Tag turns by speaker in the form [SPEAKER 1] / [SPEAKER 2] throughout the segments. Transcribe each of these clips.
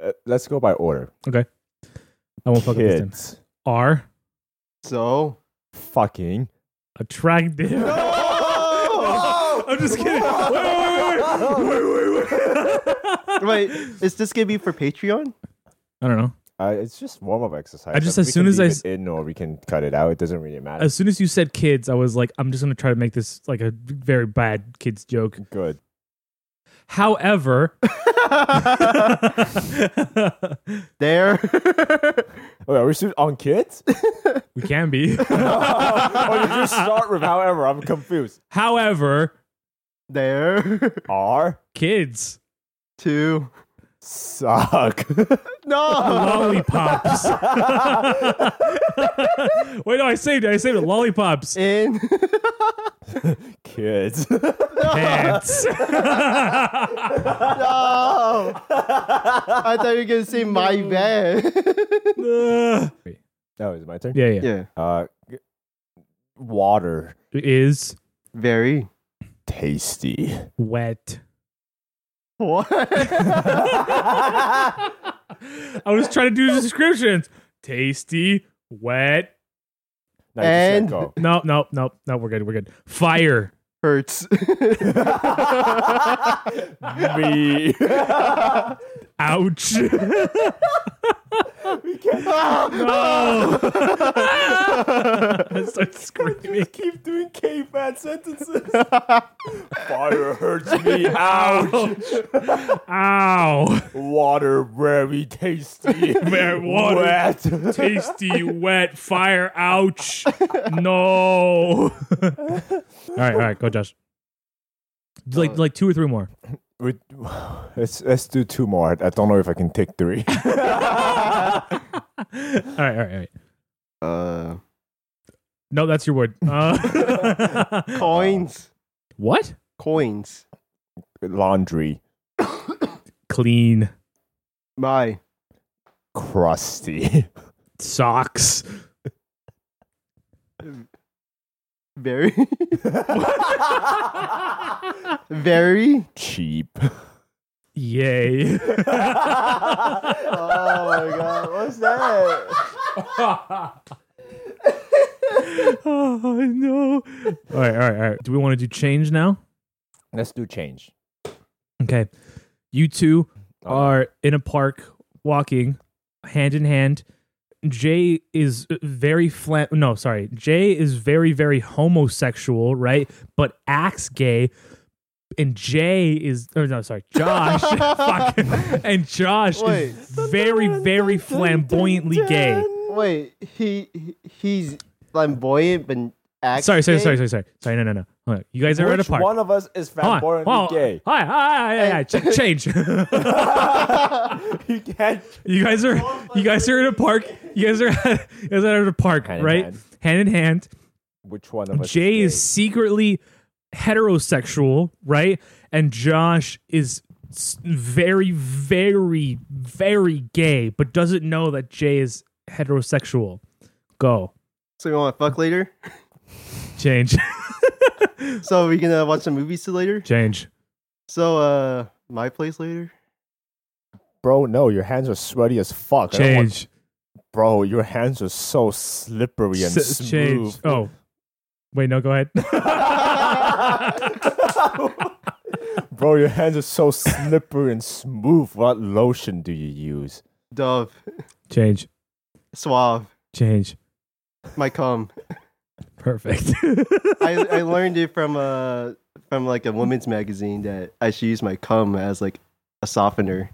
[SPEAKER 1] Uh, let's go by order.
[SPEAKER 2] Okay. I won't fuck up this time.
[SPEAKER 1] Kids
[SPEAKER 2] Are
[SPEAKER 3] So
[SPEAKER 1] fucking.
[SPEAKER 2] attractive. I'm just kidding. Wait, wait, wait, wait, wait, wait.
[SPEAKER 3] wait, is this gonna be for Patreon?
[SPEAKER 2] I don't know.
[SPEAKER 1] Uh, it's just warm up exercise.
[SPEAKER 2] I just-
[SPEAKER 1] We
[SPEAKER 2] as
[SPEAKER 1] can
[SPEAKER 2] soon as
[SPEAKER 1] leave
[SPEAKER 2] I
[SPEAKER 1] it
[SPEAKER 2] s-
[SPEAKER 1] in or we can cut it out. It doesn't really matter.
[SPEAKER 2] As soon as you said kids, I was like, I'm just gonna try to make this like a very bad kids joke.
[SPEAKER 1] Good.
[SPEAKER 2] However,
[SPEAKER 3] there.
[SPEAKER 1] Wait, are we still on kids?
[SPEAKER 2] we can be.
[SPEAKER 1] or did you start with however? I'm confused.
[SPEAKER 2] However,
[SPEAKER 3] there.
[SPEAKER 1] R
[SPEAKER 2] kids
[SPEAKER 3] Two.
[SPEAKER 1] suck.
[SPEAKER 3] No.
[SPEAKER 2] lollipops. Wait, no, I saved it. I saved it. Lollipops.
[SPEAKER 3] In.
[SPEAKER 1] kids.
[SPEAKER 2] Pants.
[SPEAKER 3] No. I thought you were gonna say my bad.
[SPEAKER 2] yeah,
[SPEAKER 1] No, Oh, is it my turn?
[SPEAKER 2] yeah.
[SPEAKER 3] yeah.
[SPEAKER 1] Uh, g- water
[SPEAKER 2] Is
[SPEAKER 3] Very.
[SPEAKER 1] tasty.
[SPEAKER 2] wet.
[SPEAKER 3] What?
[SPEAKER 2] I was trying to do descriptions. Tasty, wet.
[SPEAKER 1] No, you
[SPEAKER 3] And-
[SPEAKER 1] just let go.
[SPEAKER 2] No, no, no, no. We're good. We're good. Fire.
[SPEAKER 3] Hurts.
[SPEAKER 1] Me.
[SPEAKER 2] Ouch. no. I start screaming.
[SPEAKER 1] Keep doing caveman sentences. Fire hurts me. Ouch.
[SPEAKER 2] Ow.
[SPEAKER 1] Water very tasty.
[SPEAKER 2] Very water-
[SPEAKER 1] Wet.
[SPEAKER 2] Tasty, wet, fire. Ouch. No. all right, all right. Go, Josh. Like, like two or three more.
[SPEAKER 1] We- let's let's do two more. I don't know if I can take three.
[SPEAKER 2] All right, all right, all right.
[SPEAKER 3] uh,
[SPEAKER 2] No, that's your word. Uh,
[SPEAKER 3] coins.
[SPEAKER 2] what?
[SPEAKER 3] uh, Coins.
[SPEAKER 1] Laundry
[SPEAKER 2] Clean
[SPEAKER 3] My.
[SPEAKER 1] crusty.
[SPEAKER 2] socks.
[SPEAKER 3] Very. Very.
[SPEAKER 1] Cheap.
[SPEAKER 2] Yay.
[SPEAKER 3] Oh my god. What's that?
[SPEAKER 2] oh no. All right, all right, all right. Do we want to do change now?
[SPEAKER 1] Let's do change.
[SPEAKER 2] Okay. You two
[SPEAKER 1] Oh.
[SPEAKER 2] are in a park walking hand in hand. Jay is very flat. No, sorry. Jay is very, very homosexual, right? But acts gay. And Jay is, or no, sorry, Josh. fuck. And Josh
[SPEAKER 3] Wait.
[SPEAKER 2] is very, very flamboyantly gay.
[SPEAKER 3] Wait, he, he he's flamboyant but acts.
[SPEAKER 2] Sorry, sorry,
[SPEAKER 3] gay?
[SPEAKER 2] sorry, sorry, sorry. Sorry, no, no, no. Hold on. You guys are in a
[SPEAKER 1] Which
[SPEAKER 2] park.
[SPEAKER 1] one of us is
[SPEAKER 2] Hold on,
[SPEAKER 1] flamboyantly
[SPEAKER 2] hold on.
[SPEAKER 1] gay?
[SPEAKER 2] Hi, hi, hi, hi, hi. Ch- Change.
[SPEAKER 1] you can't.
[SPEAKER 2] You guys are you guys are in a park. You guys are at, you guys are at a park,
[SPEAKER 1] Hand in
[SPEAKER 2] right?
[SPEAKER 1] hand.
[SPEAKER 2] Hand in hand.
[SPEAKER 1] Which one of us?
[SPEAKER 2] Jay
[SPEAKER 1] gay?
[SPEAKER 2] is secretly heterosexual, right? And Josh is s- very, very, very gay, but doesn't know that Jay is heterosexual. Go
[SPEAKER 3] So we want to fuck later.
[SPEAKER 2] change,
[SPEAKER 3] So we gonna watch some movies too later.
[SPEAKER 2] change.
[SPEAKER 3] So uh, my place later.
[SPEAKER 1] Bro, no, your hands are sweaty as fuck. I don't want-
[SPEAKER 2] Change.
[SPEAKER 1] Bro, your hands are so slippery and
[SPEAKER 2] S-
[SPEAKER 1] smooth.
[SPEAKER 2] change. Oh, wait, no, go ahead.
[SPEAKER 1] Bro, your hands are so slippery and smooth. What lotion do you use?
[SPEAKER 3] Dove,
[SPEAKER 2] change,
[SPEAKER 3] Suave,
[SPEAKER 2] change.
[SPEAKER 3] my cum.
[SPEAKER 2] Perfect.
[SPEAKER 3] I I learned it from uh from like a women's magazine that I should use my cum as like a softener.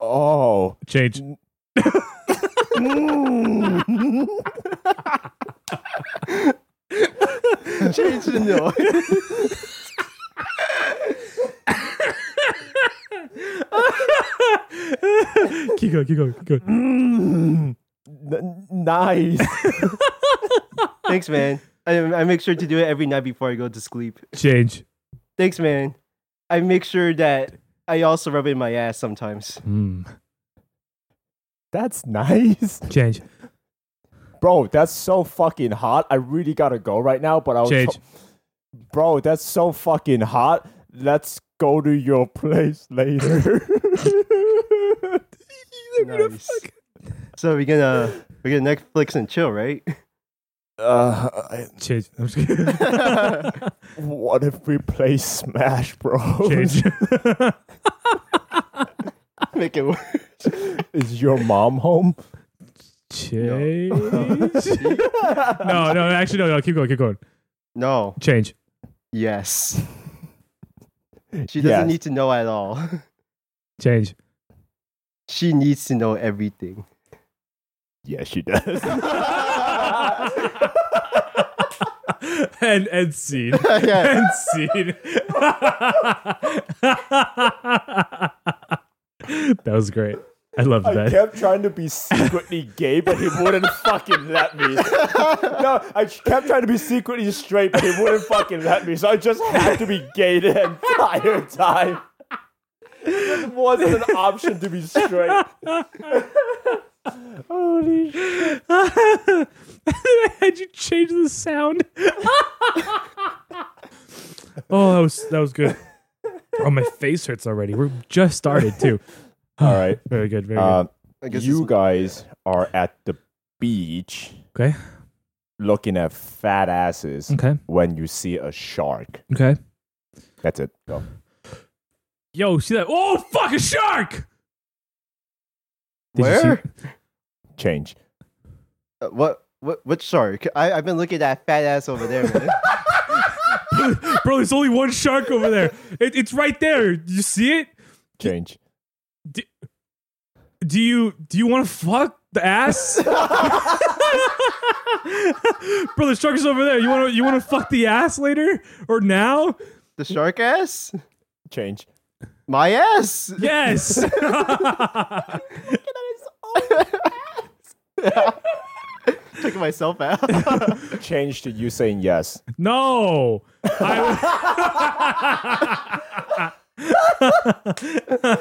[SPEAKER 1] Oh.
[SPEAKER 2] change.
[SPEAKER 3] Change the noise.
[SPEAKER 2] keep going, keep going, keep
[SPEAKER 1] Mm.
[SPEAKER 2] going.
[SPEAKER 1] N- nice.
[SPEAKER 3] Thanks, man. I I make sure to do it every night before I go to sleep.
[SPEAKER 2] Change.
[SPEAKER 3] Thanks, man. I make sure that I also rub it in my ass sometimes.
[SPEAKER 2] Mm.
[SPEAKER 1] That's nice.
[SPEAKER 2] Change.
[SPEAKER 1] Bro, that's so fucking hot. I really gotta go right now, but I'll.
[SPEAKER 2] Change.
[SPEAKER 1] Bro, that's so fucking hot. Let's go to your place later.
[SPEAKER 3] Nice. So we're gonna we're gonna Netflix and chill, right?
[SPEAKER 1] Uh, I-
[SPEAKER 2] Change. I'm just kidding.
[SPEAKER 1] what if we play Smash Bros?
[SPEAKER 2] Change.
[SPEAKER 3] Make it work.
[SPEAKER 1] Is your mom home?
[SPEAKER 2] Change. no, no, actually, no, no. Keep going, keep going.
[SPEAKER 3] No.
[SPEAKER 2] Change.
[SPEAKER 3] Yes. She doesn't
[SPEAKER 1] Yes.
[SPEAKER 3] need to know at all.
[SPEAKER 2] Change.
[SPEAKER 3] She needs to know everything.
[SPEAKER 1] Yes, she does.
[SPEAKER 2] and and scene.
[SPEAKER 3] yeah.
[SPEAKER 2] And scene. that was great. I loved
[SPEAKER 1] I
[SPEAKER 2] that.
[SPEAKER 1] kept trying to be secretly gay, but he wouldn't fucking let me. No, I kept trying to be secretly straight, but he wouldn't fucking let me. So I just had to be gay the entire time. It just wasn't an option to be straight. Holy shit.
[SPEAKER 2] I had you change the sound. oh, that was that was good. Oh, my face hurts already. We're just started too.
[SPEAKER 1] All right.
[SPEAKER 2] Very good. Very
[SPEAKER 1] Uh,
[SPEAKER 3] I guess
[SPEAKER 1] you
[SPEAKER 3] it's-
[SPEAKER 1] guys are at the beach
[SPEAKER 2] good. Okay.
[SPEAKER 1] looking at fat asses
[SPEAKER 2] Okay.
[SPEAKER 1] when you see a shark.
[SPEAKER 2] Okay.
[SPEAKER 1] That's it. Go.
[SPEAKER 2] Yo, see that? Oh, fuck a shark! Did you see-
[SPEAKER 3] Where?
[SPEAKER 1] Change.
[SPEAKER 3] Uh, what? What? What shark? I I've been looking at that fat ass over there, man.
[SPEAKER 2] Bro, there's only one shark over there. It, it's right there. You see it?
[SPEAKER 1] Change.
[SPEAKER 2] Do you do you want to fuck the ass? Bro, the shark is over there. You want to you want to fuck the ass later or now?
[SPEAKER 3] the shark ass?
[SPEAKER 1] Change.
[SPEAKER 3] My ass?
[SPEAKER 2] Yes.
[SPEAKER 3] Checking myself out.
[SPEAKER 1] Change to you saying yes.
[SPEAKER 2] no. I,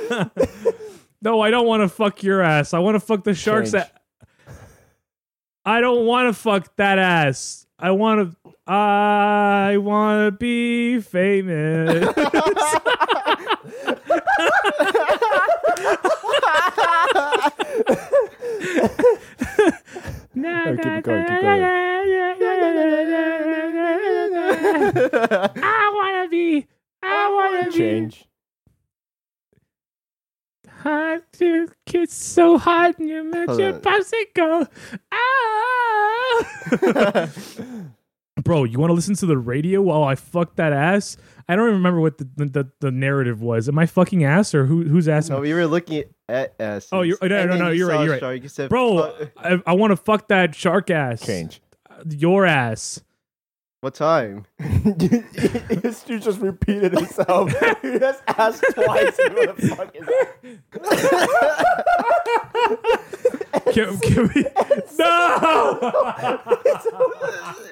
[SPEAKER 2] no, I don't want to fuck your ass. I want to fuck the shark's
[SPEAKER 1] Change.
[SPEAKER 2] ass. I don't want to fuck that ass. I want to. I want to be famous.
[SPEAKER 1] Oh, keep it going, keep it going.
[SPEAKER 2] I wanna be. I wanna
[SPEAKER 1] Change.
[SPEAKER 2] hot. Dude, it's so hot and you met
[SPEAKER 3] Hold
[SPEAKER 2] your
[SPEAKER 3] on.
[SPEAKER 2] popsicle. Ah. Bro, you want to listen to the radio while I fuck that ass? I don't even remember what the the, the, the narrative was. Am I fucking ass or who who's ass?
[SPEAKER 3] no, we were looking at ass.
[SPEAKER 2] Oh, you're- oh, no, no, no, you're right, you're right.
[SPEAKER 3] Shark, you said,
[SPEAKER 2] Bro,
[SPEAKER 3] "Fuck."
[SPEAKER 2] I, I want to fuck that shark ass.
[SPEAKER 1] Change.
[SPEAKER 2] Your ass.
[SPEAKER 3] what time?
[SPEAKER 1] you just repeated itself. you just asked twice. Who the fuck is that?
[SPEAKER 2] Can, can we? No!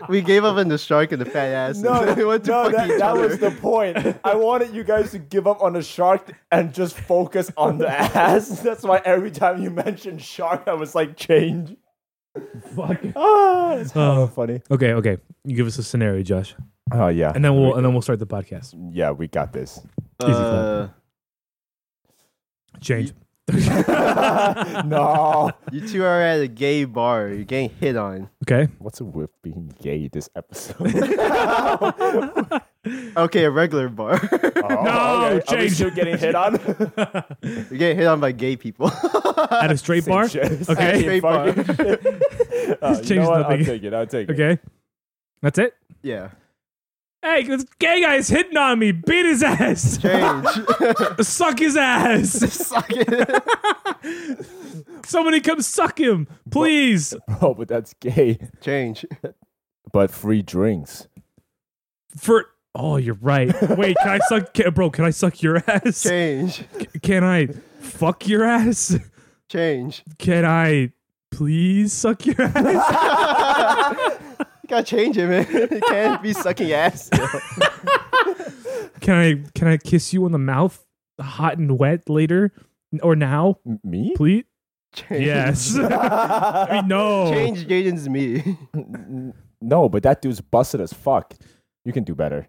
[SPEAKER 3] We gave up on the shark and the fat ass.
[SPEAKER 1] No,
[SPEAKER 3] and we
[SPEAKER 1] no,
[SPEAKER 3] went to fuck
[SPEAKER 1] that,
[SPEAKER 3] each
[SPEAKER 1] that
[SPEAKER 3] other.
[SPEAKER 1] was the point. I wanted you guys to give up on the shark and just focus on the ass. That's why every time you mentioned shark, I was like, change.
[SPEAKER 2] Fuck.
[SPEAKER 1] Ah, it's hella
[SPEAKER 2] Oh.
[SPEAKER 1] funny.
[SPEAKER 2] Okay, okay. You give us a scenario, Josh,
[SPEAKER 1] Oh yeah,
[SPEAKER 2] and then we'll and then we'll start the podcast.
[SPEAKER 1] yeah, we got this.
[SPEAKER 2] Easy for
[SPEAKER 3] Uh,
[SPEAKER 2] Change.
[SPEAKER 1] no,
[SPEAKER 3] you two are at a gay bar. You're getting hit on.
[SPEAKER 2] Okay.
[SPEAKER 1] what's it with being gay this episode?
[SPEAKER 3] Okay, a regular bar.
[SPEAKER 1] Oh,
[SPEAKER 2] No,
[SPEAKER 1] Are we
[SPEAKER 2] change.
[SPEAKER 1] still getting hit on?
[SPEAKER 3] You're getting hit on by gay people.
[SPEAKER 2] At a straight bar.
[SPEAKER 1] Shit.
[SPEAKER 2] Okay.
[SPEAKER 1] Same
[SPEAKER 3] Straight bar.
[SPEAKER 1] fucking shit. Uh, you know
[SPEAKER 2] changed
[SPEAKER 1] what? I'll
[SPEAKER 2] nothing.
[SPEAKER 1] take it. I'll take it.
[SPEAKER 2] Okay. That's it.
[SPEAKER 3] yeah.
[SPEAKER 2] Hey, this gay guy's hitting on me. Beat his ass.
[SPEAKER 3] Change.
[SPEAKER 2] suck his ass.
[SPEAKER 3] Suck it.
[SPEAKER 2] Somebody come suck him, please.
[SPEAKER 1] Oh, but that's gay.
[SPEAKER 3] Change.
[SPEAKER 1] But free drinks.
[SPEAKER 2] For oh, you're right. Wait, can I suck, can, bro? Can I suck your ass?
[SPEAKER 3] Change.
[SPEAKER 2] Can I fuck your ass?
[SPEAKER 3] Change.
[SPEAKER 2] Can I please suck your ass?
[SPEAKER 3] You gotta change it, man. You can't be sucking ass.
[SPEAKER 2] Can I can I kiss you on the mouth, hot and wet later or now,
[SPEAKER 1] M- me?
[SPEAKER 2] please?
[SPEAKER 3] Change.
[SPEAKER 2] Yes. I mean, no.
[SPEAKER 3] Change Jaden's me.
[SPEAKER 1] No, but that dude's busted as fuck. You can do better.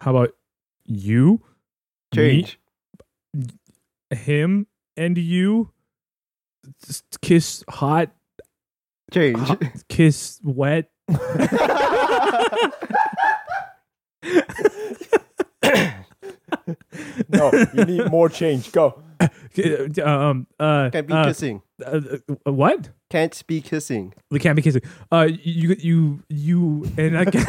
[SPEAKER 2] How about you,
[SPEAKER 3] Change.
[SPEAKER 2] him, and you? s- kiss hot,
[SPEAKER 3] Change.
[SPEAKER 2] kiss wet.
[SPEAKER 1] No, you need more change. Go.
[SPEAKER 2] K- uh, Um, uh,
[SPEAKER 3] Can't be
[SPEAKER 2] uh,
[SPEAKER 3] kissing.
[SPEAKER 2] uh, uh, what?
[SPEAKER 3] Can't be kissing.
[SPEAKER 2] We can't be kissing. Uh, you, you, you, and I. Can-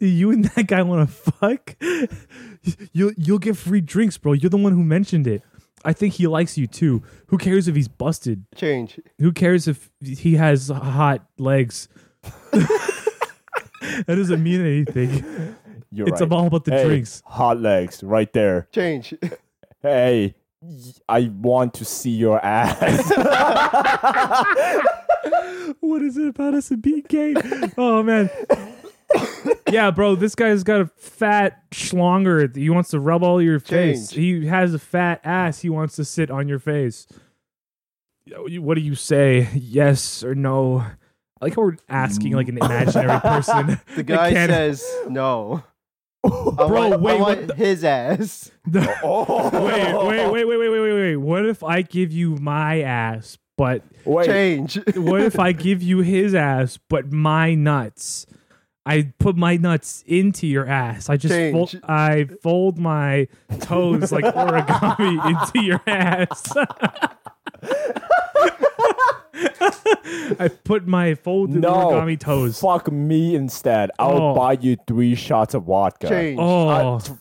[SPEAKER 2] you and that guy want to fuck? You'll you'll get free drinks, bro. You're the one who mentioned it. I think he likes you too. Who cares if he's busted?
[SPEAKER 3] Change.
[SPEAKER 2] Who cares if he has hot legs? that doesn't mean anything.
[SPEAKER 1] You're
[SPEAKER 2] It's
[SPEAKER 1] right.
[SPEAKER 2] all about the
[SPEAKER 1] Hey,
[SPEAKER 2] drinks.
[SPEAKER 1] Hot legs, right there.
[SPEAKER 3] Change.
[SPEAKER 1] Hey, I want to see your ass.
[SPEAKER 2] What is it about us and being gay? Oh man. yeah, bro, this guy's got a fat schlonger. He wants to rub all your face. He has a fat ass. He wants to sit on your face. You- What do you say? Yes or no? I like how we're asking like an imaginary person.
[SPEAKER 3] The guy
[SPEAKER 2] can't-
[SPEAKER 3] says no. I
[SPEAKER 2] Bro,
[SPEAKER 3] want, I
[SPEAKER 2] wait,
[SPEAKER 3] want
[SPEAKER 2] what the-
[SPEAKER 3] his ass.
[SPEAKER 1] oh,
[SPEAKER 2] wait, wait, wait, wait, wait, wait, wait, wait. What if I give you my ass, but
[SPEAKER 1] wait.
[SPEAKER 3] Change.
[SPEAKER 2] what if I give you his ass, but my nuts? I put my nuts into your ass. I just
[SPEAKER 3] Change.
[SPEAKER 2] fold, I fold my toes like origami into your ass. I put my folded
[SPEAKER 1] No.
[SPEAKER 2] origami toes.
[SPEAKER 1] Fuck me instead. I'll
[SPEAKER 2] Oh.
[SPEAKER 1] buy you three shots of vodka.
[SPEAKER 3] Change.
[SPEAKER 1] Uh,
[SPEAKER 2] oh,
[SPEAKER 1] t-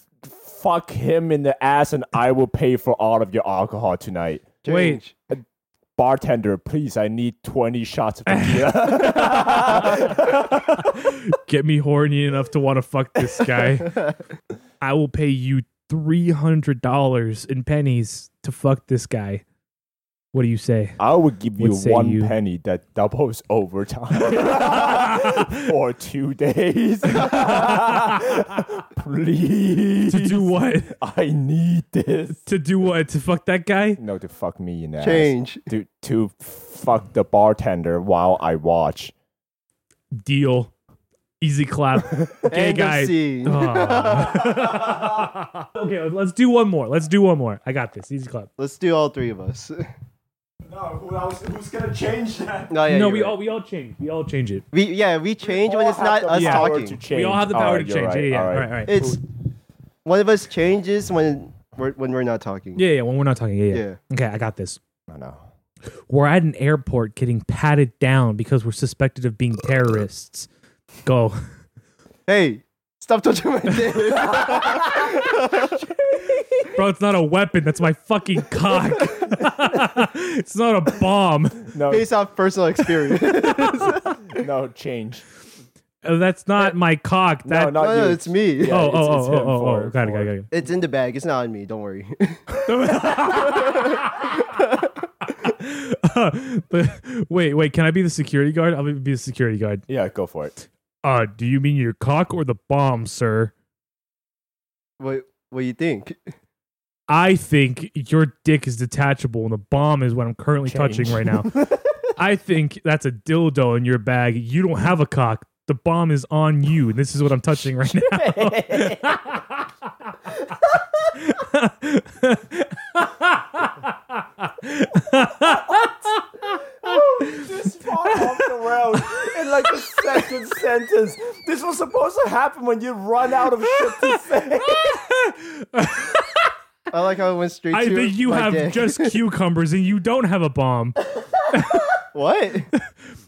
[SPEAKER 1] fuck him in the ass, and I will pay for all of your alcohol tonight.
[SPEAKER 2] wait.
[SPEAKER 3] Change.
[SPEAKER 1] Bartender, please, I need 20 shots of tequila.
[SPEAKER 2] get me horny enough to want to fuck this guy. I will pay you three hundred dollars in pennies to fuck this guy. What do you say?
[SPEAKER 1] I will give you
[SPEAKER 2] What say
[SPEAKER 1] one
[SPEAKER 2] you?
[SPEAKER 1] penny that doubles overtime for two days. please.
[SPEAKER 2] to do what?
[SPEAKER 1] I need this.
[SPEAKER 2] to do what? To fuck that guy?
[SPEAKER 1] No, to fuck me in the ass.
[SPEAKER 3] Change.
[SPEAKER 1] To, to fuck the bartender while I watch.
[SPEAKER 2] Deal. Easy clap. Gay
[SPEAKER 3] End of
[SPEAKER 2] guy.
[SPEAKER 3] scene.
[SPEAKER 2] Oh. Aw. okay, let's do one more. Let's do one more. I got this. Easy clap.
[SPEAKER 3] Let's do all three of us. Oh,
[SPEAKER 1] No, who else, who's gonna change that?
[SPEAKER 3] No, yeah,
[SPEAKER 2] no,
[SPEAKER 3] you're
[SPEAKER 2] we
[SPEAKER 3] right.
[SPEAKER 2] all we all change. We all change it.
[SPEAKER 3] We yeah, we change when it's not us
[SPEAKER 2] the power
[SPEAKER 3] talking.
[SPEAKER 2] We all have the power to change. yeah, yeah. All right, all right.
[SPEAKER 3] It's one of us changes when we're when we're not talking.
[SPEAKER 2] yeah, yeah. When we're not talking, yeah, yeah.
[SPEAKER 3] Yeah.
[SPEAKER 2] Okay, I got this.
[SPEAKER 1] I know.
[SPEAKER 2] We're at an airport getting patted down because we're suspected of being terrorists. Go.
[SPEAKER 3] Hey, stop touching my dick.
[SPEAKER 2] Bro, it's not a weapon. That's my fucking cock. it's not a bomb.
[SPEAKER 1] No,
[SPEAKER 3] Based off personal experience. no,
[SPEAKER 1] no, change.
[SPEAKER 2] Uh, That's not my cock. That,
[SPEAKER 1] No, not
[SPEAKER 3] no,
[SPEAKER 1] you.
[SPEAKER 3] it's me.
[SPEAKER 1] it's-
[SPEAKER 2] oh, oh,
[SPEAKER 1] it's
[SPEAKER 2] oh, oh,
[SPEAKER 1] him
[SPEAKER 2] oh,
[SPEAKER 1] for-
[SPEAKER 2] oh, got it, got
[SPEAKER 1] for-
[SPEAKER 2] it, got it.
[SPEAKER 3] It's in the bag. It's not on me. Don't worry.
[SPEAKER 2] but wait, wait, can I be the security guard? I'll be the security guard.
[SPEAKER 1] Yeah, go for it.
[SPEAKER 2] Uh, do you mean your cock or the bomb, sir?
[SPEAKER 3] what what you think?
[SPEAKER 2] I think your dick is detachable and the bomb is what I'm currently
[SPEAKER 1] Change.
[SPEAKER 2] touching right now. I think that's a dildo in your bag. You don't have a cock. The bomb is on you, and this is what I'm touching right now.
[SPEAKER 1] This far off the rails in like a second sentence. This was supposed to happen when you run out of shit to say.
[SPEAKER 3] I like how it went straight
[SPEAKER 2] I
[SPEAKER 3] to
[SPEAKER 2] think you
[SPEAKER 3] my
[SPEAKER 2] have
[SPEAKER 3] dick.
[SPEAKER 2] just cucumbers and you don't have a bomb.
[SPEAKER 3] what?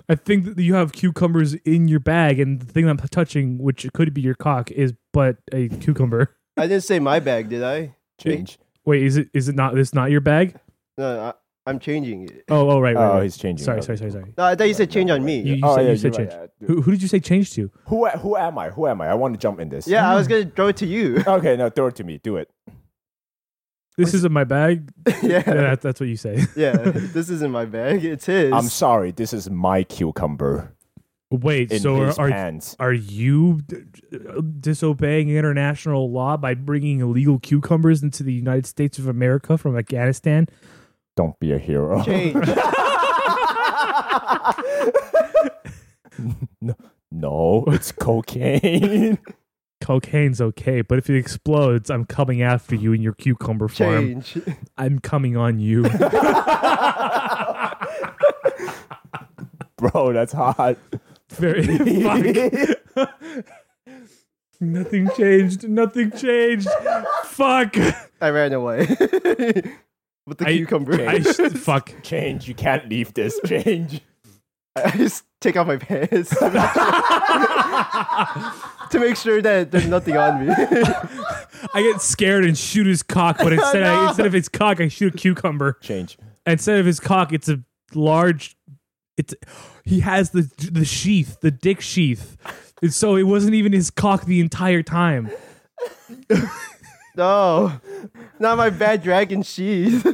[SPEAKER 2] I think that you have cucumbers in your bag, and the thing I'm touching, which could be your cock, is but a cucumber.
[SPEAKER 3] I didn't say my bag, did I?
[SPEAKER 1] Change.
[SPEAKER 2] Wait, is it is it not this not your bag?
[SPEAKER 3] No, I, I'm changing it.
[SPEAKER 2] Oh, oh, right, right.
[SPEAKER 1] Oh,
[SPEAKER 2] right.
[SPEAKER 1] he's changing.
[SPEAKER 2] sorry,
[SPEAKER 1] Okay.
[SPEAKER 2] sorry, sorry, sorry.
[SPEAKER 3] No, I thought you said change on me.
[SPEAKER 2] You,
[SPEAKER 3] Yeah,
[SPEAKER 2] you
[SPEAKER 1] Oh,
[SPEAKER 2] said,
[SPEAKER 1] yeah,
[SPEAKER 2] you said
[SPEAKER 1] you're
[SPEAKER 2] change.
[SPEAKER 1] right. Uh,
[SPEAKER 2] who, who did you say change to?
[SPEAKER 1] Who who am I? Who am I? I want to jump in this.
[SPEAKER 3] I was gonna throw it to you.
[SPEAKER 1] Okay, no, throw it to me. Do it.
[SPEAKER 2] This isn't my bag. Yeah,
[SPEAKER 3] yeah,
[SPEAKER 2] that, that's what you say.
[SPEAKER 3] yeah. This isn't my bag. It's his.
[SPEAKER 1] I'm sorry. This is my cucumber
[SPEAKER 2] Wait,
[SPEAKER 1] in
[SPEAKER 2] so
[SPEAKER 1] his
[SPEAKER 2] are, are
[SPEAKER 1] pants.
[SPEAKER 2] are you d- disobeying international law by bringing illegal cucumbers into the United States of America from Afghanistan?
[SPEAKER 1] Don't be a hero.
[SPEAKER 3] change.
[SPEAKER 1] No, it's cocaine.
[SPEAKER 2] cocaine's okay, but if it explodes, I'm coming after you in your cucumber farm.
[SPEAKER 3] Change.
[SPEAKER 2] I'm coming on you.
[SPEAKER 1] Bro, that's hot.
[SPEAKER 2] Very fuck. Nothing changed. Nothing changed. fuck.
[SPEAKER 3] I ran away with the
[SPEAKER 2] I-
[SPEAKER 3] cucumber.
[SPEAKER 2] I
[SPEAKER 3] I,
[SPEAKER 2] sh- fuck.
[SPEAKER 1] Change. You can't leave this. Change.
[SPEAKER 3] just take off my pants to make sure, to make sure that there's nothing on me.
[SPEAKER 2] I get scared and shoot his cock, but instead, I, instead of his cock, I shoot a cucumber.
[SPEAKER 1] Change.
[SPEAKER 2] Instead of his cock, it's a large. It's he has the the sheath, the dick sheath, and so it wasn't even his cock the entire time.
[SPEAKER 3] no, not my bad dragon sheath.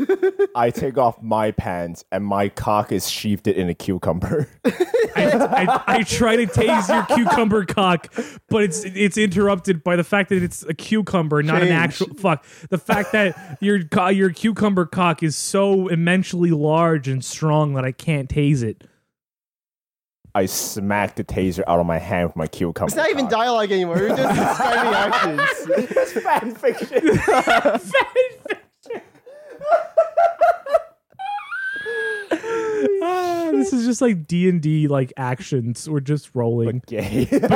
[SPEAKER 1] I take off my pants and my cock is sheathed in a cucumber.
[SPEAKER 2] I, I, I try to tase your cucumber cock, but it's it's interrupted by the fact that it's a cucumber, not an
[SPEAKER 3] Change.
[SPEAKER 2] actual fuck. The fact that your co- your cucumber cock is so immensely large and strong that I can't tase it.
[SPEAKER 1] I smack the taser out of my hand with my cucumber.
[SPEAKER 3] It's not even
[SPEAKER 1] cock.
[SPEAKER 3] dialogue anymore. We're just describing actions.
[SPEAKER 1] It's fan fiction.
[SPEAKER 2] Ah, this is just like D and D like actions. We're just rolling.
[SPEAKER 1] Gay.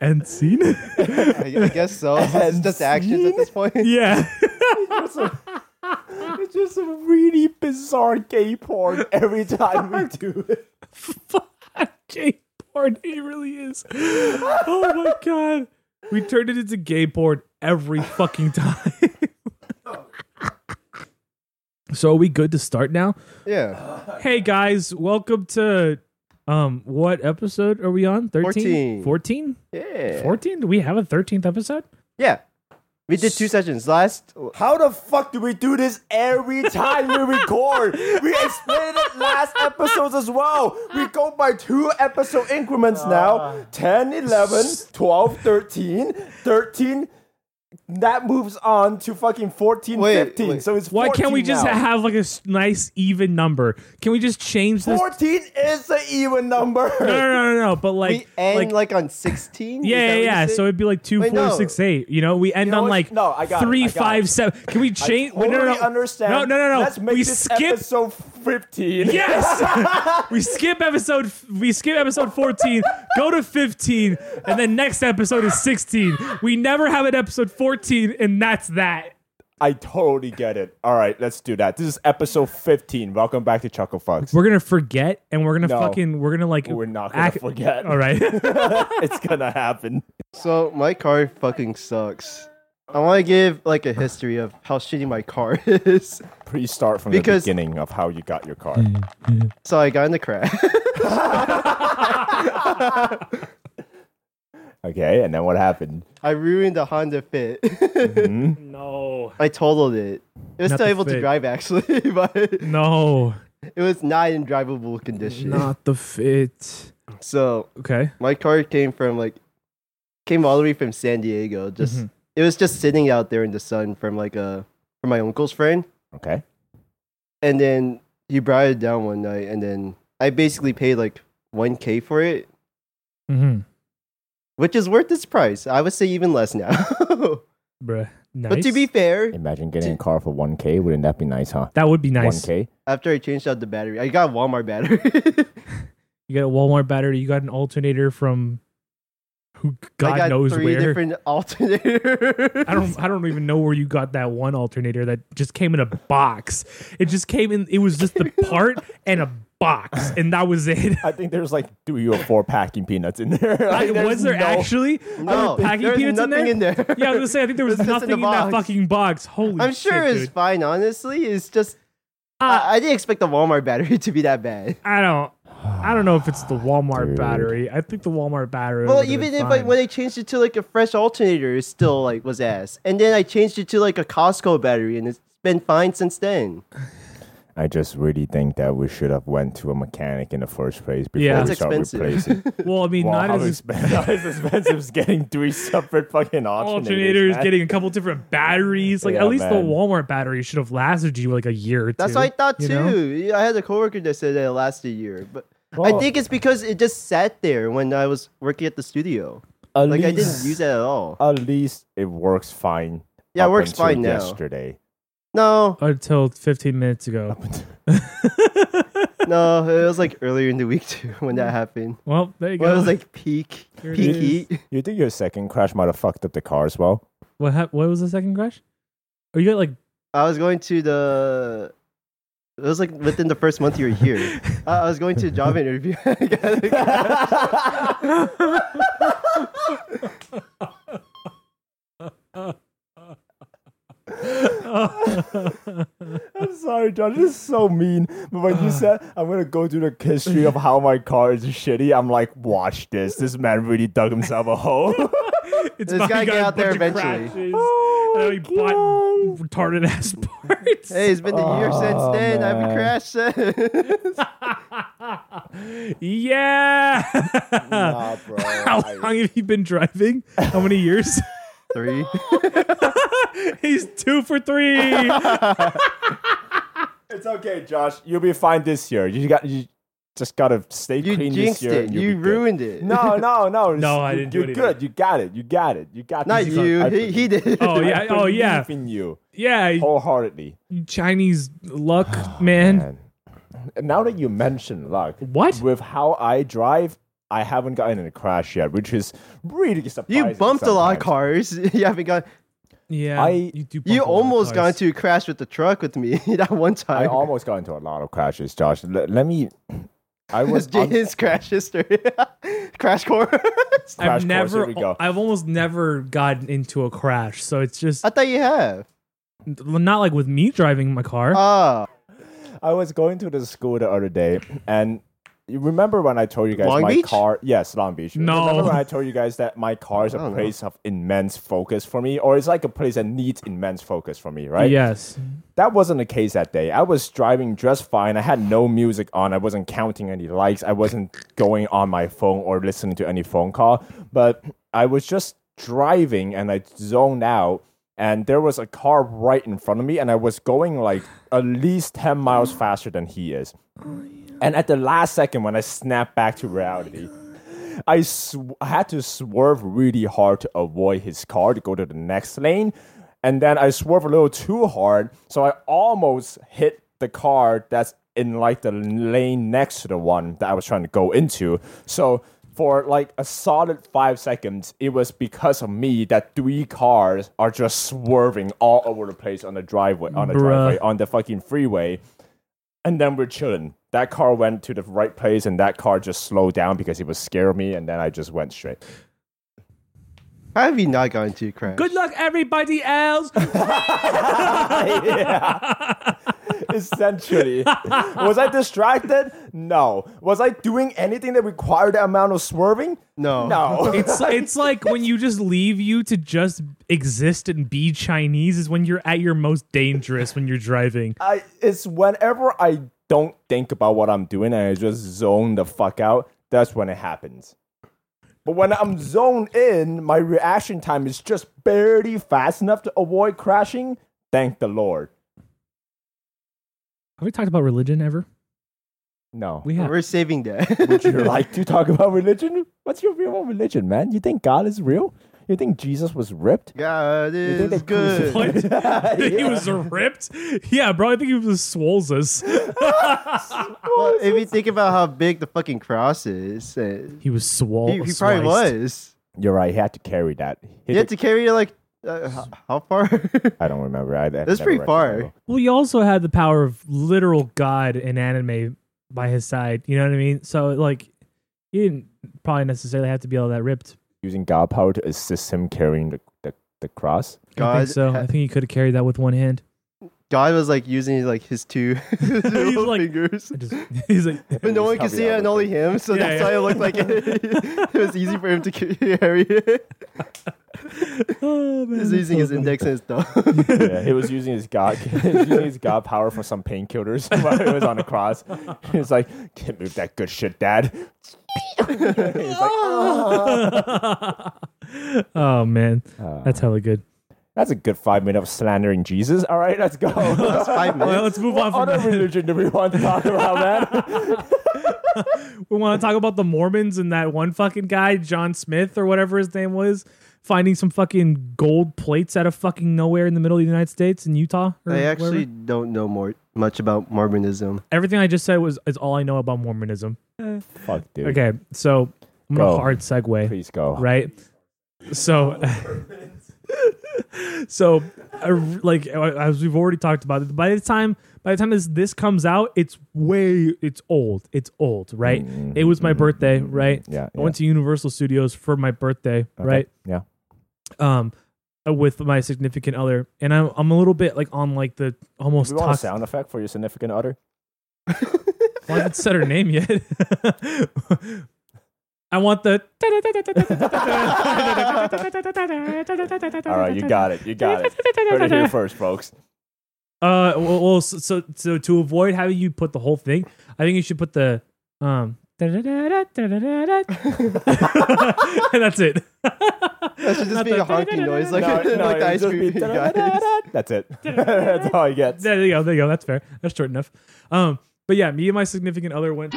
[SPEAKER 2] End scene.
[SPEAKER 3] I, I guess so. It's just actions at this point.
[SPEAKER 2] yeah.
[SPEAKER 1] it's just some really bizarre gay porn every time we do it.
[SPEAKER 2] Fuck, gay porn. It really is. Oh my god. We turned it into gay porn every fucking time. so are we good to start now?
[SPEAKER 3] Yeah.
[SPEAKER 2] Hey guys, welcome to um what episode are we on? 13?
[SPEAKER 3] Fourteen.
[SPEAKER 2] 14?
[SPEAKER 3] Yeah.
[SPEAKER 2] 14? Do we have a 13th episode?
[SPEAKER 3] Yeah. We did two sessions. Last
[SPEAKER 1] How the fuck do we do this every time we record? We explained it last episodes as well. We go by two episode increments
[SPEAKER 2] Ah.
[SPEAKER 1] now 10, 11, 12, 13, 13. That moves on to fucking 14,
[SPEAKER 3] Wait,
[SPEAKER 1] 15.
[SPEAKER 3] wait.
[SPEAKER 1] So it's
[SPEAKER 2] Why can't we
[SPEAKER 1] 14
[SPEAKER 2] just
[SPEAKER 1] now.
[SPEAKER 2] have like a s- nice even number? Can we just change this?
[SPEAKER 1] 14 is the even number.
[SPEAKER 2] No, no, no, no, no. But
[SPEAKER 3] we
[SPEAKER 2] like,
[SPEAKER 3] end
[SPEAKER 2] like
[SPEAKER 3] like, on sixteen.
[SPEAKER 2] Yeah, yeah, yeah. So it'd be like two, four,
[SPEAKER 3] Wait,
[SPEAKER 2] six, eight.
[SPEAKER 3] no.
[SPEAKER 2] You know, we end
[SPEAKER 1] know
[SPEAKER 2] on
[SPEAKER 1] what?
[SPEAKER 2] like
[SPEAKER 1] No, I got it.
[SPEAKER 2] three,
[SPEAKER 1] I got
[SPEAKER 2] five,
[SPEAKER 1] it.
[SPEAKER 2] seven. Can we change?
[SPEAKER 1] Totally
[SPEAKER 2] no, no, no.
[SPEAKER 1] understand.
[SPEAKER 2] No, no, no, no.
[SPEAKER 1] Let's make
[SPEAKER 2] we
[SPEAKER 1] this
[SPEAKER 2] skip.
[SPEAKER 1] episode 15.
[SPEAKER 2] Yes, we skip episode. f- We skip episode fourteen. go to fifteen, and then next episode is sixteen. We never have an episode fourteen, and that's that.
[SPEAKER 1] I totally get it. All right, let's do that. This is episode 15. Welcome back to Chuckle Fox.
[SPEAKER 2] We're gonna forget, and we're gonna
[SPEAKER 1] No.
[SPEAKER 2] fucking. We're gonna like.
[SPEAKER 1] We're not gonna
[SPEAKER 2] act-
[SPEAKER 1] forget.
[SPEAKER 2] All right.
[SPEAKER 1] it's gonna happen.
[SPEAKER 3] So my car fucking sucks. I want to give like a history of how shitty my car is.
[SPEAKER 1] Please start from
[SPEAKER 3] Because-
[SPEAKER 1] the beginning of how you got your car.
[SPEAKER 2] Hmm.
[SPEAKER 3] So I got in the crash.
[SPEAKER 1] Okay, and then what happened?
[SPEAKER 3] I ruined the Honda Fit.
[SPEAKER 2] no.
[SPEAKER 3] I totaled it. It
[SPEAKER 2] Mm-hmm.
[SPEAKER 3] was
[SPEAKER 2] Not
[SPEAKER 3] still
[SPEAKER 2] the
[SPEAKER 3] able
[SPEAKER 2] Fit.
[SPEAKER 3] to drive actually, but it
[SPEAKER 2] No.
[SPEAKER 3] was not in drivable condition.
[SPEAKER 2] Not the fit.
[SPEAKER 3] So
[SPEAKER 2] Okay.
[SPEAKER 3] my car came from like came all the way from San Diego. Just
[SPEAKER 2] Mm-hmm.
[SPEAKER 3] it was just sitting out there in the sun from like a from my uncle's friend.
[SPEAKER 1] Okay.
[SPEAKER 3] and then he brought it down one night, and then I basically paid like one k for it,
[SPEAKER 2] Mm-hmm.
[SPEAKER 3] which is worth its price. I would say even less now.
[SPEAKER 2] Bruh. Nice.
[SPEAKER 3] But to be fair,
[SPEAKER 1] Imagine getting a car for 1K. Wouldn't that be nice, huh?
[SPEAKER 2] that would be nice.
[SPEAKER 1] 1K?
[SPEAKER 3] after I changed out the battery, I got a Walmart battery.
[SPEAKER 2] You got a Walmart battery. You got an alternator from who
[SPEAKER 3] I
[SPEAKER 2] God
[SPEAKER 3] got
[SPEAKER 2] knows
[SPEAKER 3] three
[SPEAKER 2] where.
[SPEAKER 3] different alternators.
[SPEAKER 2] I don't. I don't even know where you got that one alternator that just came in a box. It just came in. It was just the part and a box, and that was it.
[SPEAKER 1] I think there's like three or four packing peanuts in there. Like, there's
[SPEAKER 2] was there
[SPEAKER 1] no-
[SPEAKER 2] actually
[SPEAKER 3] No,
[SPEAKER 2] Were there packing
[SPEAKER 3] there's
[SPEAKER 2] peanuts in
[SPEAKER 3] nothing in
[SPEAKER 2] there?
[SPEAKER 3] there.
[SPEAKER 2] yeah, I was gonna say. I think there was
[SPEAKER 3] It's just in
[SPEAKER 2] nothing in,
[SPEAKER 3] the
[SPEAKER 2] that
[SPEAKER 3] box.
[SPEAKER 2] fucking box. Holy
[SPEAKER 3] I'm
[SPEAKER 2] shit,
[SPEAKER 3] sure it's
[SPEAKER 2] dude. Uh,
[SPEAKER 3] fine. Honestly, it's just I, I didn't expect the Walmart battery to be that bad.
[SPEAKER 2] I don't. I don't know if it's the Walmart
[SPEAKER 1] Dude.
[SPEAKER 2] battery. I think the Walmart battery.
[SPEAKER 3] Well,
[SPEAKER 2] would've
[SPEAKER 3] even
[SPEAKER 2] been
[SPEAKER 3] if I,
[SPEAKER 2] fine.
[SPEAKER 3] when I changed it to like a fresh alternator, it still like was ass. And then I changed it to like a Costco battery, and it's been fine since then.
[SPEAKER 1] I just really think that we should have went to a mechanic in the first place before
[SPEAKER 2] Yeah.
[SPEAKER 1] we
[SPEAKER 3] It's
[SPEAKER 1] start
[SPEAKER 3] expensive.
[SPEAKER 1] replacing.
[SPEAKER 2] well, I mean,
[SPEAKER 1] Wow,
[SPEAKER 2] not
[SPEAKER 1] how,
[SPEAKER 2] as
[SPEAKER 1] expensive, how is expensive is getting three separate fucking alternators?
[SPEAKER 2] alternators,
[SPEAKER 1] man?
[SPEAKER 2] getting a couple different batteries. Like
[SPEAKER 1] Yeah,
[SPEAKER 2] at least
[SPEAKER 1] man.
[SPEAKER 2] the Walmart battery should have lasted you like a year or two.
[SPEAKER 3] That's what I thought
[SPEAKER 2] you
[SPEAKER 3] too.
[SPEAKER 2] know?
[SPEAKER 3] I had a coworker that said that it lasted a year, but I
[SPEAKER 1] Oh.
[SPEAKER 3] think it's because it just sat there when I was working at the studio.
[SPEAKER 1] At
[SPEAKER 3] Like I didn't
[SPEAKER 1] least-
[SPEAKER 3] use it at all.
[SPEAKER 1] At least it works fine.
[SPEAKER 3] Yeah, it
[SPEAKER 1] up
[SPEAKER 3] works
[SPEAKER 1] until
[SPEAKER 3] fine now.
[SPEAKER 1] Yesterday.
[SPEAKER 3] No,
[SPEAKER 2] until 15 minutes ago.
[SPEAKER 1] Up until-
[SPEAKER 3] no, it was like earlier in the week too when that happened.
[SPEAKER 2] well, there you
[SPEAKER 3] When it
[SPEAKER 2] go.
[SPEAKER 3] was like peak,
[SPEAKER 2] Here it
[SPEAKER 3] peak
[SPEAKER 2] is.
[SPEAKER 3] heat.
[SPEAKER 1] You think your second crash might have fucked up the car as well?
[SPEAKER 2] what hap- what was the second crash? Are you at like
[SPEAKER 3] I was going to the. It was like within the first month you were here. I I was going to a job interview. I got a crash.
[SPEAKER 1] I'm sorry, John. This is so mean. But when you said I'm gonna go through the history of how my car is shitty, I'm like, watch this. This man really dug himself a hole.
[SPEAKER 2] it's
[SPEAKER 3] This
[SPEAKER 2] my
[SPEAKER 3] guy
[SPEAKER 2] got
[SPEAKER 3] get
[SPEAKER 2] a
[SPEAKER 3] out there
[SPEAKER 2] bunch of
[SPEAKER 3] eventually.
[SPEAKER 2] crashes,
[SPEAKER 1] Oh
[SPEAKER 2] and
[SPEAKER 1] my
[SPEAKER 2] then we bought
[SPEAKER 1] God.
[SPEAKER 2] retarded ass parts.
[SPEAKER 3] hey, it's been a year since
[SPEAKER 1] Oh,
[SPEAKER 3] then. I haven't
[SPEAKER 1] man.
[SPEAKER 3] crashed since.
[SPEAKER 2] yeah.
[SPEAKER 1] Nah, bro.
[SPEAKER 2] How
[SPEAKER 1] I-
[SPEAKER 2] long have you been driving? How many years?
[SPEAKER 3] Three.
[SPEAKER 2] He's two for three.
[SPEAKER 1] it's okay, Josh. You'll be fine this year. You got you just gotta stay
[SPEAKER 3] You
[SPEAKER 1] clean
[SPEAKER 3] jinxed
[SPEAKER 1] this year.
[SPEAKER 3] it.
[SPEAKER 1] and you'll
[SPEAKER 3] You
[SPEAKER 1] be good.
[SPEAKER 3] ruined it.
[SPEAKER 1] No, no, no.
[SPEAKER 2] No, I
[SPEAKER 1] You-
[SPEAKER 2] didn't do
[SPEAKER 1] You're
[SPEAKER 2] anything.
[SPEAKER 1] good. You got it. You got it. You got
[SPEAKER 3] Not
[SPEAKER 1] this.
[SPEAKER 3] you.
[SPEAKER 1] I
[SPEAKER 3] He, he
[SPEAKER 1] believe-
[SPEAKER 3] did.
[SPEAKER 2] Oh yeah.
[SPEAKER 1] I
[SPEAKER 2] Oh yeah.
[SPEAKER 1] believe In you
[SPEAKER 2] Yeah.
[SPEAKER 1] wholeheartedly.
[SPEAKER 2] Chinese luck, man.
[SPEAKER 1] Oh. Man. And now that you mention luck,
[SPEAKER 2] What?
[SPEAKER 1] with how I drive, I haven't gotten in a crash yet, which is really surprising.
[SPEAKER 3] You bumped a lot of
[SPEAKER 1] sometimes.
[SPEAKER 3] cars. you haven't got.
[SPEAKER 2] Yeah.
[SPEAKER 1] I-
[SPEAKER 2] do bump
[SPEAKER 3] You
[SPEAKER 2] a lot of
[SPEAKER 3] almost got
[SPEAKER 2] cars.
[SPEAKER 3] into a crash with the truck with me that one
[SPEAKER 1] I
[SPEAKER 3] time.
[SPEAKER 1] almost got into a lot of crashes, Josh. L- let me. I was
[SPEAKER 3] was
[SPEAKER 1] on
[SPEAKER 3] Jaden's crash history. crash course.
[SPEAKER 1] crash
[SPEAKER 2] I've
[SPEAKER 1] course. Here
[SPEAKER 2] never.
[SPEAKER 1] we go.
[SPEAKER 2] I've almost never gotten into a crash. So it's just
[SPEAKER 3] I thought you have.
[SPEAKER 2] not like with me driving my car.
[SPEAKER 3] Ah,
[SPEAKER 1] I was going to the school the other day, and you remember when I told you guys
[SPEAKER 3] Long
[SPEAKER 1] my
[SPEAKER 3] Beach?
[SPEAKER 1] car? Yes, Long Beach.
[SPEAKER 2] No.
[SPEAKER 1] Remember when I told you guys that my car is
[SPEAKER 3] I
[SPEAKER 1] a
[SPEAKER 3] don't know.
[SPEAKER 1] place of immense focus for me, or it's like a place that needs immense focus for me, right?
[SPEAKER 2] Yes.
[SPEAKER 1] That wasn't the case that day. I was driving just fine. I had no music on. I wasn't counting any likes. I wasn't going on my phone or listening to any phone call. But I was just driving and I zoned out. And there was a car right in front of me, and I was going like at least 10 miles faster than he is. And at the last second, when I snapped back to reality, I sw- I had to swerve really hard to avoid his car to go to the next lane. And then I swerved a little too hard. So I almost hit the car that's in like the lane next to the one that I was trying to go into. So for like a solid five seconds, it was because of me that three cars are just swerving all over the place on the driveway, on the
[SPEAKER 2] Bruh.
[SPEAKER 1] driveway, on the fucking freeway and then we're chilling. That car went to the right place, and that car just slowed down because he was scared of me, and then I just went straight.
[SPEAKER 3] how have you not gotten into a crash?
[SPEAKER 2] Good luck, everybody else.
[SPEAKER 1] Essentially, was I distracted? No. Was I doing anything that required that amount of swerving?
[SPEAKER 3] No.
[SPEAKER 1] No.
[SPEAKER 2] It's it's like when you just leave you to just exist and be Chinese is when you're at your most dangerous when you're driving.
[SPEAKER 1] I, it's whenever I don't think about what I'm doing and I just zone the fuck out. That's when it happens. But when I'm zoned in, my reaction time is just barely fast enough to avoid crashing. Thank the Lord.
[SPEAKER 2] Have we talked about religion ever?
[SPEAKER 1] No.
[SPEAKER 2] We have.
[SPEAKER 3] We're saving that.
[SPEAKER 1] Would you like to talk about religion? What's your view on religion, man? You think God is real? You think Jesus was ripped?
[SPEAKER 3] God
[SPEAKER 1] You think
[SPEAKER 3] is
[SPEAKER 1] they crucified-
[SPEAKER 3] good.
[SPEAKER 2] He was ripped. Yeah, bro. I think he was swolls us.
[SPEAKER 3] Well, if you think about how big the fucking cross is, uh,
[SPEAKER 2] He was swole.
[SPEAKER 3] he, he probably was.
[SPEAKER 1] You're right. He had to carry that. He
[SPEAKER 3] You had
[SPEAKER 1] did-
[SPEAKER 3] to carry it like uh, h- how far?
[SPEAKER 1] I don't remember. I, I
[SPEAKER 3] That's
[SPEAKER 1] never
[SPEAKER 3] pretty
[SPEAKER 1] read the
[SPEAKER 3] far.
[SPEAKER 1] Bible.
[SPEAKER 2] Well, he also had the power of literal God in anime by his side. You know what I mean? So like, he didn't probably necessarily have to be all that ripped.
[SPEAKER 1] Using God power to assist him carrying the, the, the cross.
[SPEAKER 2] I think
[SPEAKER 3] God,
[SPEAKER 2] so. I
[SPEAKER 3] ha-
[SPEAKER 2] think he could have carried that with one hand.
[SPEAKER 3] God was like using like his two his little
[SPEAKER 2] like-
[SPEAKER 3] fingers.
[SPEAKER 2] I just, he's like,
[SPEAKER 3] But no one could see it, and only him. So
[SPEAKER 2] Yeah,
[SPEAKER 3] that's
[SPEAKER 2] yeah.
[SPEAKER 3] why it looked like it, it was easy for him to carry it.
[SPEAKER 2] oh man.
[SPEAKER 3] He's
[SPEAKER 2] that's
[SPEAKER 3] using
[SPEAKER 2] so
[SPEAKER 3] his
[SPEAKER 2] funny.
[SPEAKER 3] index and stuff.
[SPEAKER 1] yeah, he was using his God, he was using his God power for some painkillers while he was on the cross. He was like, "Can't move that good shit, Dad."
[SPEAKER 2] Oh man,
[SPEAKER 1] Uh,
[SPEAKER 2] that's hella good.
[SPEAKER 1] That's a good five minute of slandering Jesus. All right, let's go.
[SPEAKER 3] Five
[SPEAKER 2] All right,
[SPEAKER 3] minutes.
[SPEAKER 2] let's move on
[SPEAKER 1] what
[SPEAKER 2] from
[SPEAKER 1] other
[SPEAKER 2] that.
[SPEAKER 1] religion do we want to talk about, man?
[SPEAKER 2] we want to talk about the Mormons and that one fucking guy, John Smith or whatever his name was, finding some fucking gold plates out of fucking nowhere in the middle of the United States in Utah. or
[SPEAKER 3] I
[SPEAKER 2] wherever.
[SPEAKER 3] actually don't know more much about Mormonism.
[SPEAKER 2] everything I just said was is all I know about Mormonism.
[SPEAKER 1] Fuck, dude.
[SPEAKER 2] Okay, so I'm gonna
[SPEAKER 1] Go.
[SPEAKER 2] hard segue.
[SPEAKER 1] Please go.
[SPEAKER 2] right? So, so I, like as we've already talked about it, by the time by the time this this comes out, it's way it's old. It's old, right? It was my birthday, right?
[SPEAKER 1] Mm, Mm-hmm. Yeah,
[SPEAKER 2] I went to Universal Studios for my birthday,
[SPEAKER 1] Okay,
[SPEAKER 2] right?
[SPEAKER 1] Yeah.
[SPEAKER 2] Um, with my significant other, and I'm I'm a little bit like on like the almost
[SPEAKER 1] Do we want a
[SPEAKER 2] toxic.
[SPEAKER 1] sound effect for your significant other?
[SPEAKER 2] Well, I haven't said her name yet. I want the.
[SPEAKER 1] All right, you got it. You got it. Heard it here first, folks.
[SPEAKER 2] Uh, well, well so, so so to avoid having you put the whole thing, I think you should put the um. and that's it.
[SPEAKER 3] That should just be a honking noise, like,
[SPEAKER 1] No, no,
[SPEAKER 3] like the
[SPEAKER 1] it'd
[SPEAKER 3] ice
[SPEAKER 1] just
[SPEAKER 3] cream
[SPEAKER 1] be
[SPEAKER 3] guys.
[SPEAKER 1] That's it. That's all he gets.
[SPEAKER 2] There you go. There you go. That's fair. That's short enough. Um, but yeah, me and my significant other went.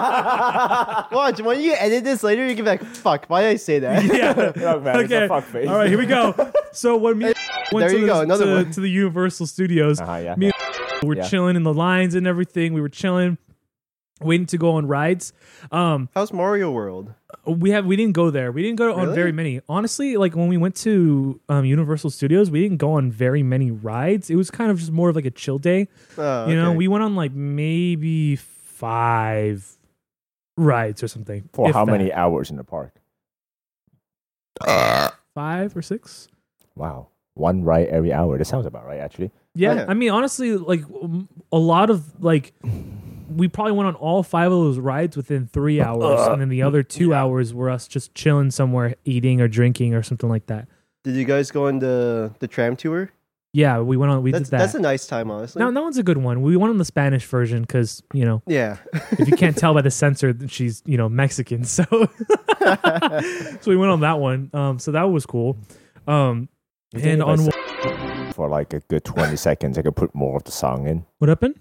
[SPEAKER 3] Watch when you edit this later, you can be like, "Fuck, why did I say that?"
[SPEAKER 2] yeah.
[SPEAKER 1] Look, man, it's a
[SPEAKER 2] okay.
[SPEAKER 1] fuckface.
[SPEAKER 2] All right, here we go. So when me went
[SPEAKER 3] There
[SPEAKER 2] to,
[SPEAKER 3] you
[SPEAKER 2] the,
[SPEAKER 3] go, another
[SPEAKER 2] to,
[SPEAKER 3] one.
[SPEAKER 2] to the Universal Studios,
[SPEAKER 1] Uh-huh, yeah.
[SPEAKER 2] me and were
[SPEAKER 1] Yeah.
[SPEAKER 2] chilling in the lines and everything. We were chilling, waiting to go on rides. Um,
[SPEAKER 3] How's Mario World?
[SPEAKER 2] we have we didn't go there. We didn't go on
[SPEAKER 3] Really?
[SPEAKER 2] very many. Honestly, like when we went to um, Universal Studios, we didn't go on very many rides. It was kind of just more of like a chill day.
[SPEAKER 3] Oh,
[SPEAKER 2] You know,
[SPEAKER 3] okay.
[SPEAKER 2] we went on like maybe five rides or something.
[SPEAKER 1] For
[SPEAKER 2] if
[SPEAKER 1] how
[SPEAKER 2] that.
[SPEAKER 1] many hours in the park?
[SPEAKER 2] Five or six?
[SPEAKER 1] Wow. One right every hour. That sounds about right, actually.
[SPEAKER 2] Yeah,
[SPEAKER 3] Okay.
[SPEAKER 2] I mean, honestly, like um, a lot of like we probably went on all five of those rides within
[SPEAKER 1] Uh,
[SPEAKER 2] three hours, and then the other two hours were us just chilling somewhere, eating or drinking or something like that.
[SPEAKER 3] Did you guys go on the the tram tour?
[SPEAKER 2] Yeah, we went on. We
[SPEAKER 3] That's
[SPEAKER 2] did that.
[SPEAKER 3] that's a nice time, honestly.
[SPEAKER 2] no, that one's a good one. We went on the Spanish version because you know
[SPEAKER 3] Yeah.
[SPEAKER 2] if you can't tell by the censor that she's you know Mexican, so so we went on that one. Um, so that was cool. Um,
[SPEAKER 1] You think
[SPEAKER 2] and
[SPEAKER 1] if I
[SPEAKER 2] on
[SPEAKER 1] sang for like a good twenty seconds, I could put more of the song in.
[SPEAKER 2] what happened?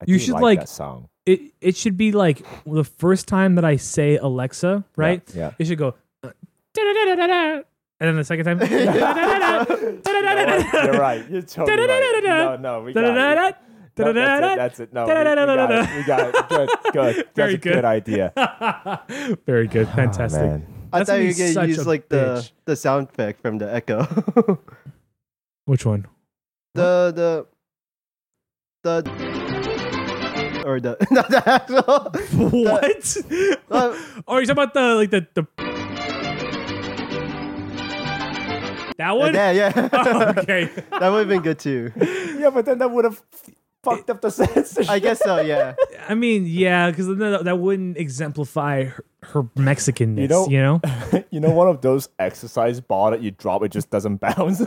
[SPEAKER 1] I
[SPEAKER 2] You
[SPEAKER 1] do
[SPEAKER 2] should,
[SPEAKER 1] like,
[SPEAKER 2] like-
[SPEAKER 1] that song,
[SPEAKER 2] it it should be like the first time that I say Alexa, right?
[SPEAKER 1] yeah.
[SPEAKER 2] It should go uh, da-da-da-da-da-da. and then the second time da-da-da-da-da, da-da-da-da-da.
[SPEAKER 1] You're right. You're totally right. No, no, we got it. No, that's it. That's it. No, we, we got it. We got it. Good, good. That's
[SPEAKER 2] Very
[SPEAKER 1] a
[SPEAKER 2] good.
[SPEAKER 1] good, idea.
[SPEAKER 2] Very good,
[SPEAKER 1] Oh,
[SPEAKER 2] fantastic.
[SPEAKER 1] man.
[SPEAKER 3] I
[SPEAKER 2] That's
[SPEAKER 3] thought
[SPEAKER 2] gonna
[SPEAKER 3] you
[SPEAKER 2] be
[SPEAKER 3] were
[SPEAKER 2] such
[SPEAKER 3] gonna
[SPEAKER 2] a
[SPEAKER 3] use like the
[SPEAKER 2] bitch.
[SPEAKER 3] the sound effect from the echo.
[SPEAKER 2] Which one?
[SPEAKER 3] the the the or the not the actual
[SPEAKER 2] What?
[SPEAKER 3] uh,
[SPEAKER 2] oh, you're talking about the like the the that one?
[SPEAKER 3] yeah yeah
[SPEAKER 2] Oh, okay.
[SPEAKER 3] that would have been good too
[SPEAKER 1] yeah, but then that would have fucked up the censorship.
[SPEAKER 3] I guess so yeah
[SPEAKER 2] I mean, yeah, because that, that wouldn't exemplify her, her Mexicanness, you
[SPEAKER 1] You know-
[SPEAKER 2] know?
[SPEAKER 1] you know, one of those exercise ball that you drop, it just doesn't bounce.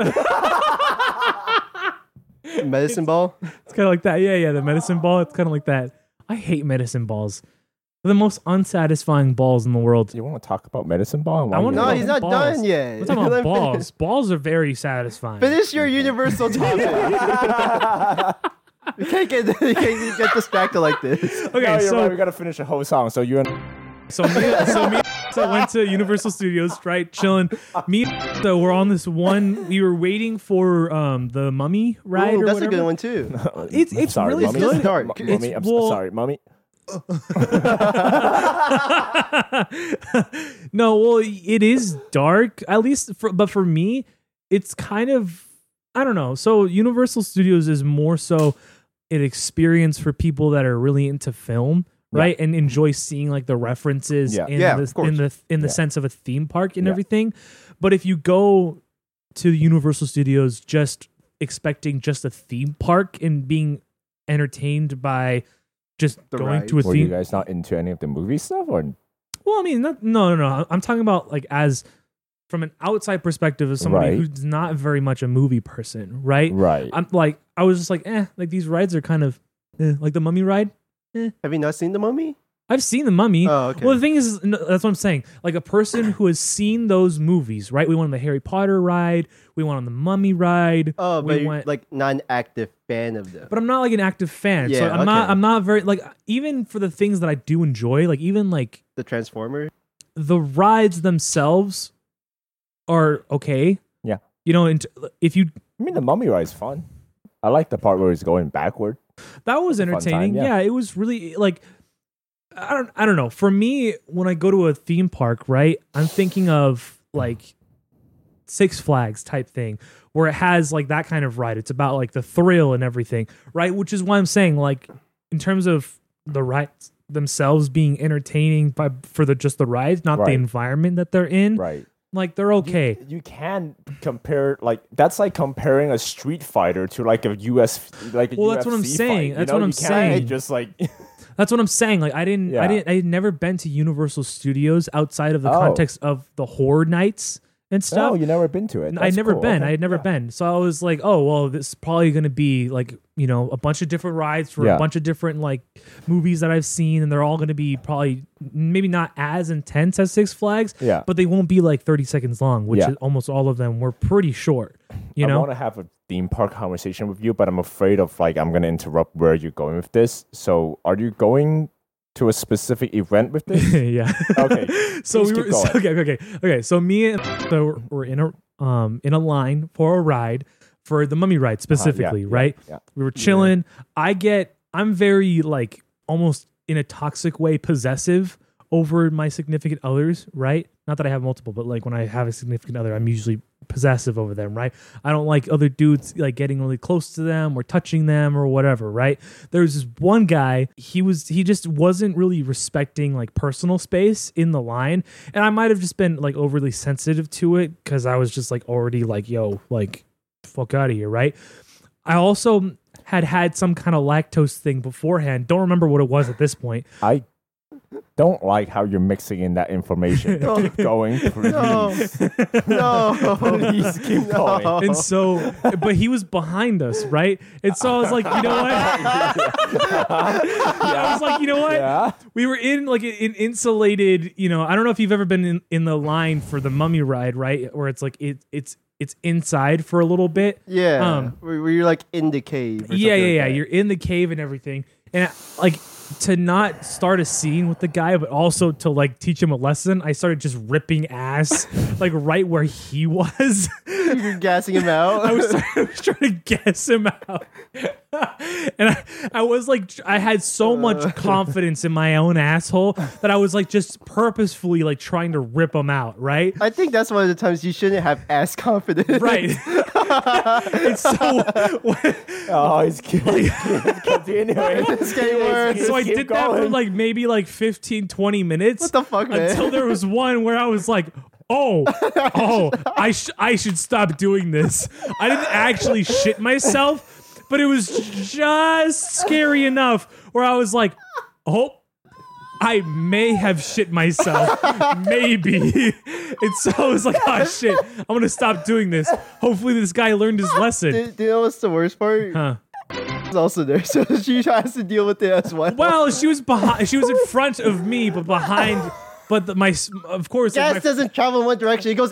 [SPEAKER 3] medicine ball
[SPEAKER 2] It's kind of like that. Yeah, yeah. The medicine ball. It's kind of like that. I hate medicine balls. They're the most unsatisfying balls in the world.
[SPEAKER 1] you want to talk about medicine ball? And why
[SPEAKER 2] I want
[SPEAKER 1] you
[SPEAKER 2] to.
[SPEAKER 3] No,
[SPEAKER 1] want-
[SPEAKER 3] he's not
[SPEAKER 2] balls.
[SPEAKER 3] done yet.
[SPEAKER 2] We're talking
[SPEAKER 3] Let
[SPEAKER 2] about
[SPEAKER 3] him
[SPEAKER 2] balls.
[SPEAKER 3] finish.
[SPEAKER 2] Balls are very satisfying.
[SPEAKER 3] finish your universal topic you can't get you can't get this back to like this
[SPEAKER 2] Okay,
[SPEAKER 1] No, you're
[SPEAKER 2] so
[SPEAKER 1] right. We gotta finish the whole song. So you and
[SPEAKER 2] so me, so me, and so went to Universal Studios, right? Chilling. Me, and so we're on this one. We were waiting for um the Mummy ride.
[SPEAKER 3] Ooh,
[SPEAKER 2] or
[SPEAKER 3] that's
[SPEAKER 2] whatever.
[SPEAKER 3] a good one too
[SPEAKER 2] It's it's
[SPEAKER 1] sorry,
[SPEAKER 2] really
[SPEAKER 1] mommy.
[SPEAKER 3] It's
[SPEAKER 2] good.
[SPEAKER 3] just dark.
[SPEAKER 1] M-
[SPEAKER 3] It's-
[SPEAKER 1] mommy, I'm s-
[SPEAKER 2] well-
[SPEAKER 1] sorry, mommy.
[SPEAKER 2] no, well, it is dark, at least, for, but for me, it's kind of, I don't know. So, Universal Studios is more so an experience for people that are really into film. Right and enjoy seeing like the references
[SPEAKER 1] Yeah.
[SPEAKER 2] in,
[SPEAKER 3] Yeah,
[SPEAKER 2] the,
[SPEAKER 3] of course.
[SPEAKER 2] in the in the
[SPEAKER 1] Yeah.
[SPEAKER 2] sense of a theme park and
[SPEAKER 1] Yeah.
[SPEAKER 2] everything, but if you go to Universal Studios just expecting just a theme park and being entertained by just
[SPEAKER 3] The
[SPEAKER 2] going
[SPEAKER 3] rides.
[SPEAKER 2] to a
[SPEAKER 1] Were you
[SPEAKER 2] theme
[SPEAKER 1] guys not into any of the movie stuff? Or
[SPEAKER 2] well, I mean, not, no, no, no. I'm talking about like as from an outside perspective of somebody
[SPEAKER 1] Right.
[SPEAKER 2] who's not very much a movie person, right?
[SPEAKER 1] right?
[SPEAKER 2] I'm like, I was just like, eh, like these rides are kind of eh, like the mummy ride.
[SPEAKER 3] have you not seen the mummy
[SPEAKER 2] I've seen the mummy.
[SPEAKER 3] Oh, okay.
[SPEAKER 2] Well, the thing is, is- no, that's what I'm saying. Like a person who has seen those movies, right? We went on the Harry Potter ride. We went on the mummy ride.
[SPEAKER 3] Oh,
[SPEAKER 2] we
[SPEAKER 3] but you're like non-active fan of them.
[SPEAKER 2] but I'm not like an active fan. so
[SPEAKER 3] Yeah,
[SPEAKER 2] I'm not
[SPEAKER 3] okay.
[SPEAKER 2] I'm not very like even for the things that I do enjoy, like even like
[SPEAKER 3] the Transformer.
[SPEAKER 2] the rides themselves are okay.
[SPEAKER 1] Yeah.
[SPEAKER 2] You know, and if you
[SPEAKER 1] I mean, the mummy ride's fun. I like the part where he's going backward.
[SPEAKER 2] that was
[SPEAKER 1] a fun time,
[SPEAKER 2] entertaining. yeah.
[SPEAKER 1] yeah.
[SPEAKER 2] it was really like I don't I don't know. For me, when I go to a theme park, right, I'm thinking of like Six Flags type thing where it has like that kind of ride. It's about like the thrill and everything, right? Which is why I'm saying like in terms of the rides themselves being entertaining by for the just the rides, not the
[SPEAKER 1] Right.
[SPEAKER 2] environment that they're in.
[SPEAKER 1] Right.
[SPEAKER 2] Like they're okay.
[SPEAKER 1] You can compare like that's like comparing a Street Fighter to like a US like a
[SPEAKER 2] Well, that's what I'm
[SPEAKER 1] UFC
[SPEAKER 2] saying.
[SPEAKER 1] Fight,
[SPEAKER 2] That's
[SPEAKER 1] you know?
[SPEAKER 2] what I'm
[SPEAKER 1] you can't
[SPEAKER 2] saying.
[SPEAKER 1] Just like
[SPEAKER 2] That's what I'm saying. Like I didn't, I
[SPEAKER 1] Yeah.
[SPEAKER 2] didn't, I had never been to Universal Studios outside of the
[SPEAKER 1] Oh.
[SPEAKER 2] context of the horror nights and stuff.
[SPEAKER 1] no, you never been to it.
[SPEAKER 2] I'd
[SPEAKER 1] That's
[SPEAKER 2] never
[SPEAKER 1] cool.
[SPEAKER 2] been.
[SPEAKER 1] Okay.
[SPEAKER 2] I had never been. So I was like, oh well, this is probably going to be like you know a bunch of different rides for a
[SPEAKER 1] Yeah.
[SPEAKER 2] bunch of different like movies that I've seen, and they're all going to be probably maybe not as intense as Six Flags,
[SPEAKER 1] Yeah.
[SPEAKER 2] but they won't be like 30 seconds long, which
[SPEAKER 1] Yeah.
[SPEAKER 2] is almost all of them were pretty short. You
[SPEAKER 1] I
[SPEAKER 2] know,
[SPEAKER 1] want to have a theme park conversation with you, but I'm afraid of like I'm gonna interrupt where you're going with this. So, are you going to a specific event with this?
[SPEAKER 2] yeah.
[SPEAKER 1] Okay,
[SPEAKER 2] so
[SPEAKER 1] please
[SPEAKER 2] we
[SPEAKER 1] keep
[SPEAKER 2] were so,
[SPEAKER 1] going.
[SPEAKER 2] okay, okay, okay, okay. So me and so we're, we're in a um in a line for a ride for the mummy ride specifically,
[SPEAKER 1] Uh-huh, yeah,
[SPEAKER 2] right?
[SPEAKER 1] yeah.
[SPEAKER 2] We were chilling. I get I'm very like almost in a toxic way possessive over my significant others, right? Not that I have multiple, but like when I have a significant other, I'm usually possessive over them, right? I don't like other dudes like getting really close to them or touching them or whatever, right? There was this one guy, he was he just wasn't really respecting like personal space in the line, and I might have just been like overly sensitive to it cuz I was just like already like yo, like fuck out of here, right? I also had had some kind of lactose thing beforehand. Don't remember what it was at this point.
[SPEAKER 1] I don't like how you're mixing in that information.
[SPEAKER 2] Oh.
[SPEAKER 1] but keep going, please.
[SPEAKER 3] No, no,
[SPEAKER 1] Please keep going.
[SPEAKER 2] And so, but he was behind us, right? And so I was like, you know what? I was like, you know what?
[SPEAKER 1] Yeah.
[SPEAKER 2] We were in like an insulated, you know, I don't know if you've ever been in, in the line for the mummy ride, right? Where it's like it it's it's inside for a little bit.
[SPEAKER 3] Yeah,
[SPEAKER 2] Um,
[SPEAKER 3] where where you're like in the cave. or
[SPEAKER 2] yeah, yeah,
[SPEAKER 3] something
[SPEAKER 2] yeah.
[SPEAKER 3] like
[SPEAKER 2] You're in the cave and everything, and like to not start a scene with the guy, but also to like teach him a lesson. I started just ripping ass, like right where he was.
[SPEAKER 3] that. you're gassing him out.
[SPEAKER 2] I was, trying, I was trying to guess him out, and I, I was like, I had so
[SPEAKER 3] Uh.
[SPEAKER 2] much confidence in my own asshole that I was like just purposefully like trying to rip him out, right?
[SPEAKER 3] I think that's one of the times you shouldn't have ass confidence.
[SPEAKER 2] Right. and so
[SPEAKER 1] Oh, he's keep- keep continuing.
[SPEAKER 3] It's getting worse.
[SPEAKER 1] Just
[SPEAKER 2] so I
[SPEAKER 1] keep
[SPEAKER 2] did that for
[SPEAKER 1] going.
[SPEAKER 2] like maybe like 15, 20 minutes.
[SPEAKER 3] What the fuck, man?
[SPEAKER 2] Until there was one where I was like, oh, oh, I, sh- I should stop doing this. I didn't actually shit myself, but it was just scary enough where I was like, oh, I may have shit myself. Maybe. and so I was like, oh shit, I'm going to stop doing this. Hopefully this guy learned his lesson.
[SPEAKER 3] Do, do you know what's the worst part?
[SPEAKER 2] Huh.
[SPEAKER 3] It's also there, so she has to deal with it as well.
[SPEAKER 2] Well, she was behind. She was in front of me, but behind. But the, my, of course, like,
[SPEAKER 3] Gas
[SPEAKER 2] my-
[SPEAKER 3] doesn't travel in one direction; it goes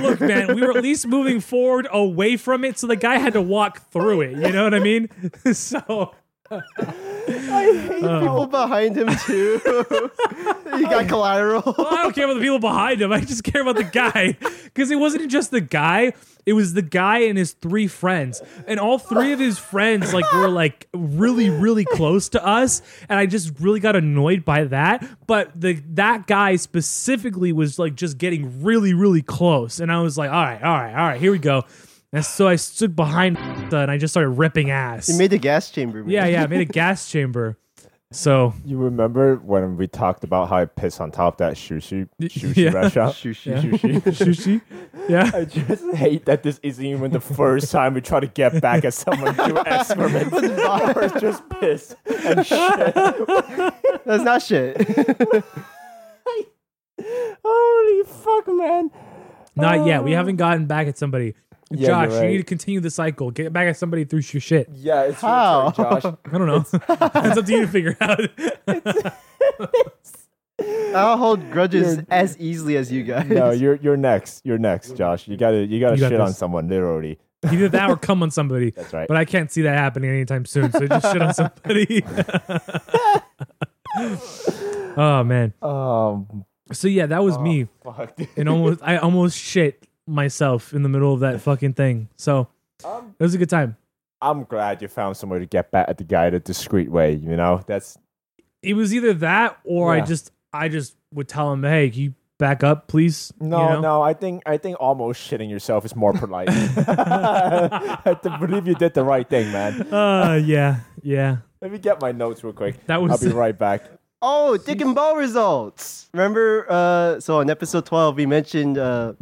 [SPEAKER 2] look, man, we were at least moving forward away from it, so the guy had to walk through it. You know what I mean? so
[SPEAKER 3] People behind him too. you got collateral.
[SPEAKER 2] I don't care about the people behind him. I just care about the guy because it wasn't just the guy. It was the guy and his three friends, and all three of his friends like were like really, really close to us, and I just really got annoyed by that. But the that guy specifically was like just getting really, really close, and I was like, all right, all right, all right, here we go. And so I stood behind and I just started ripping ass.
[SPEAKER 3] You made the gas chamber. Man.
[SPEAKER 2] yeah, yeah, I made a gas chamber. So
[SPEAKER 1] You remember when we talked about how I pissed on top of that sushi sushi
[SPEAKER 2] Yeah.
[SPEAKER 1] restaurant?
[SPEAKER 3] Shoo, shoo,
[SPEAKER 2] yeah.
[SPEAKER 3] shoo, shoo.
[SPEAKER 2] sushi, yeah.
[SPEAKER 1] I just hate that this isn't even the first time we try to get back at someone through excrement. We're just pissed and shit.
[SPEAKER 3] That's not shit.
[SPEAKER 1] Holy fuck, man.
[SPEAKER 2] Not yet. We haven't gotten back at somebody.
[SPEAKER 1] Oh. Yeah,
[SPEAKER 2] Josh,
[SPEAKER 1] you're
[SPEAKER 2] you
[SPEAKER 1] right.
[SPEAKER 2] need to continue the cycle. Get back at somebody through your shit.
[SPEAKER 1] Yeah, it's your
[SPEAKER 3] How?
[SPEAKER 1] turn, Josh.
[SPEAKER 2] I don't know. That's up to you to figure it out.
[SPEAKER 3] I'll hold grudges
[SPEAKER 1] You're-
[SPEAKER 3] as easily as you guys.
[SPEAKER 1] No, you're you're next. You're next, Josh. You gotta you gotta
[SPEAKER 2] You got
[SPEAKER 1] shit on
[SPEAKER 2] this.
[SPEAKER 1] someone literally.
[SPEAKER 2] Either that or come on somebody.
[SPEAKER 1] That's right.
[SPEAKER 2] But I can't see that happening anytime soon. So just shit on somebody. oh man.
[SPEAKER 1] Um,
[SPEAKER 2] So yeah, that was
[SPEAKER 1] Oh.
[SPEAKER 2] me.
[SPEAKER 1] fuck. dude.
[SPEAKER 2] And almost I almost shit myself in the middle of that fucking thing. So
[SPEAKER 1] Um,
[SPEAKER 2] it was a good time.
[SPEAKER 1] I'm glad you found somewhere to get back at the guy in a discreet way. You know, that's
[SPEAKER 2] It was either that or I
[SPEAKER 1] Yeah.
[SPEAKER 2] just I just would tell him, hey, can you back up, please? You
[SPEAKER 1] no,
[SPEAKER 2] know?
[SPEAKER 1] no. I think I think almost shitting yourself is more polite. I have to believe you did the right thing, man.
[SPEAKER 2] Uh yeah, yeah.
[SPEAKER 1] Let me get my notes real quick.
[SPEAKER 2] That was-
[SPEAKER 1] I'll be right back.
[SPEAKER 3] Oh, dick and ball results. Remember, uh, so on episode 12, we mentioned uh,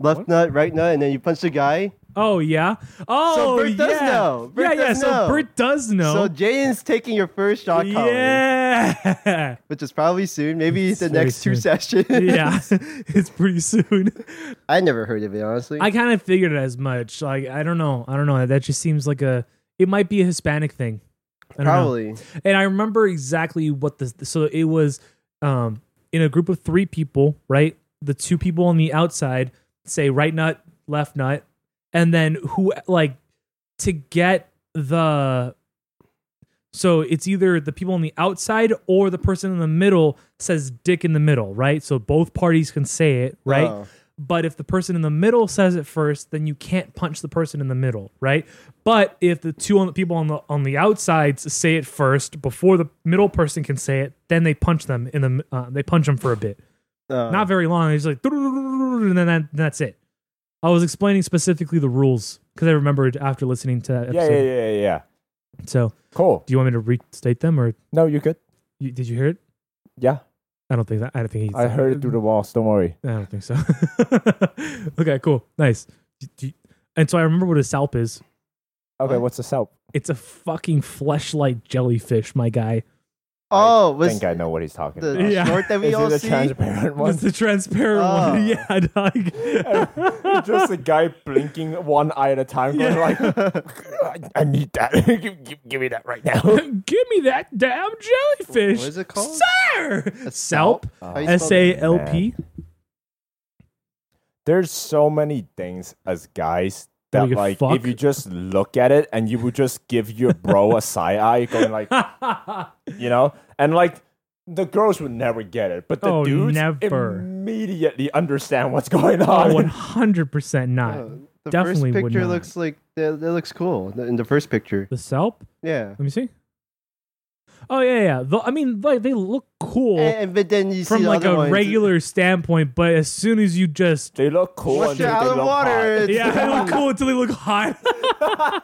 [SPEAKER 3] left nut, right nut, and then you punched a guy.
[SPEAKER 2] Oh yeah. Oh
[SPEAKER 3] Bert
[SPEAKER 2] yeah.
[SPEAKER 3] does know. Bert
[SPEAKER 2] yeah, yeah.
[SPEAKER 3] does
[SPEAKER 2] So
[SPEAKER 3] know.
[SPEAKER 2] Bert does know.
[SPEAKER 3] So Jaden's taking your first shot collar,
[SPEAKER 2] yeah.
[SPEAKER 3] which is probably soon, maybe the
[SPEAKER 2] very
[SPEAKER 3] next two
[SPEAKER 2] soon.
[SPEAKER 3] sessions.
[SPEAKER 2] yeah. it's pretty soon.
[SPEAKER 3] I never heard of it, honestly.
[SPEAKER 2] I kind of figured it as much. Like I don't know. I don't know. That just seems like a. It might be a Hispanic thing. I don't know.
[SPEAKER 3] probably.
[SPEAKER 2] And I remember exactly what this. So it was um, in a group of three people, right? The two people on the outside say right nut, left nut, and then who like to get the. So it's either the people on the outside or the person in the middle says dick in the middle, right? So both parties can say it, right?
[SPEAKER 3] Oh.
[SPEAKER 2] But if the person in the middle says it first, then you can't punch the person in the middle, right? But if the two on the people on the on the outsides say it first before the middle person can say it, then they punch them in the uh, they punch them for a bit,
[SPEAKER 3] Uh,
[SPEAKER 2] not very long. It's like and then that, that's it. I was explaining specifically the rules because I remembered after listening to that
[SPEAKER 1] Yeah,
[SPEAKER 2] episode.
[SPEAKER 1] yeah, yeah, yeah, yeah.
[SPEAKER 2] So,
[SPEAKER 1] Cool.
[SPEAKER 2] do you want me to restate them, or
[SPEAKER 1] No, you could.
[SPEAKER 2] you, did you hear it?
[SPEAKER 1] Yeah,
[SPEAKER 2] I don't think that. I don't think he.
[SPEAKER 1] I heard it through the walls. Don't worry.
[SPEAKER 2] I don't think so. okay, cool, nice. Do- do- And so I remember what a salp is.
[SPEAKER 1] Okay,
[SPEAKER 3] What?
[SPEAKER 1] what's the help?
[SPEAKER 2] It's a fucking fleshlight jellyfish, my guy.
[SPEAKER 3] oh,
[SPEAKER 1] I
[SPEAKER 3] was
[SPEAKER 1] think I know what he's talking
[SPEAKER 3] the
[SPEAKER 1] about.
[SPEAKER 2] Yeah.
[SPEAKER 3] short that we
[SPEAKER 1] Is
[SPEAKER 3] all
[SPEAKER 1] it a
[SPEAKER 3] see?
[SPEAKER 1] transparent one?
[SPEAKER 2] It's the transparent
[SPEAKER 3] Oh.
[SPEAKER 2] one. Yeah, dog.
[SPEAKER 1] just a guy blinking one eye at a time, going like, "I need that. give, give, give me that right now."
[SPEAKER 2] Give me that damn jellyfish.
[SPEAKER 3] What is it called?
[SPEAKER 2] Sir!
[SPEAKER 3] salp?
[SPEAKER 2] Salp.
[SPEAKER 3] How you
[SPEAKER 2] S
[SPEAKER 3] spell
[SPEAKER 2] A
[SPEAKER 3] it?
[SPEAKER 2] L P.
[SPEAKER 1] There's so many things as guys
[SPEAKER 2] That
[SPEAKER 1] that,
[SPEAKER 2] we could
[SPEAKER 1] like,
[SPEAKER 2] fuck?
[SPEAKER 1] if you just look at it and you would just give your bro a side eye, going like,
[SPEAKER 2] Oh,
[SPEAKER 1] you know, and like. The girls would never get it, but the
[SPEAKER 2] Oh,
[SPEAKER 1] dudes
[SPEAKER 2] never. Oh,
[SPEAKER 1] immediately understand what's going on.
[SPEAKER 2] 100% not.
[SPEAKER 3] Uh, the
[SPEAKER 2] Definitely
[SPEAKER 3] first
[SPEAKER 2] would
[SPEAKER 3] picture
[SPEAKER 2] not.
[SPEAKER 3] looks like that, that looks cool the- in the first picture.
[SPEAKER 2] The salp?
[SPEAKER 3] Yeah.
[SPEAKER 2] Let me see. Oh, yeah, yeah. The- I mean, like, they look cool
[SPEAKER 3] And, but then you Eh, see
[SPEAKER 2] from
[SPEAKER 3] the
[SPEAKER 2] like
[SPEAKER 3] other
[SPEAKER 2] a
[SPEAKER 3] ones.
[SPEAKER 2] regular standpoint, but as soon as you just.
[SPEAKER 1] they look cool
[SPEAKER 3] Once
[SPEAKER 1] until
[SPEAKER 3] they're out
[SPEAKER 1] they
[SPEAKER 3] of the
[SPEAKER 1] look
[SPEAKER 3] water,
[SPEAKER 1] hot.
[SPEAKER 3] it's
[SPEAKER 2] Yeah, they
[SPEAKER 3] done.
[SPEAKER 2] look cool until they look hot.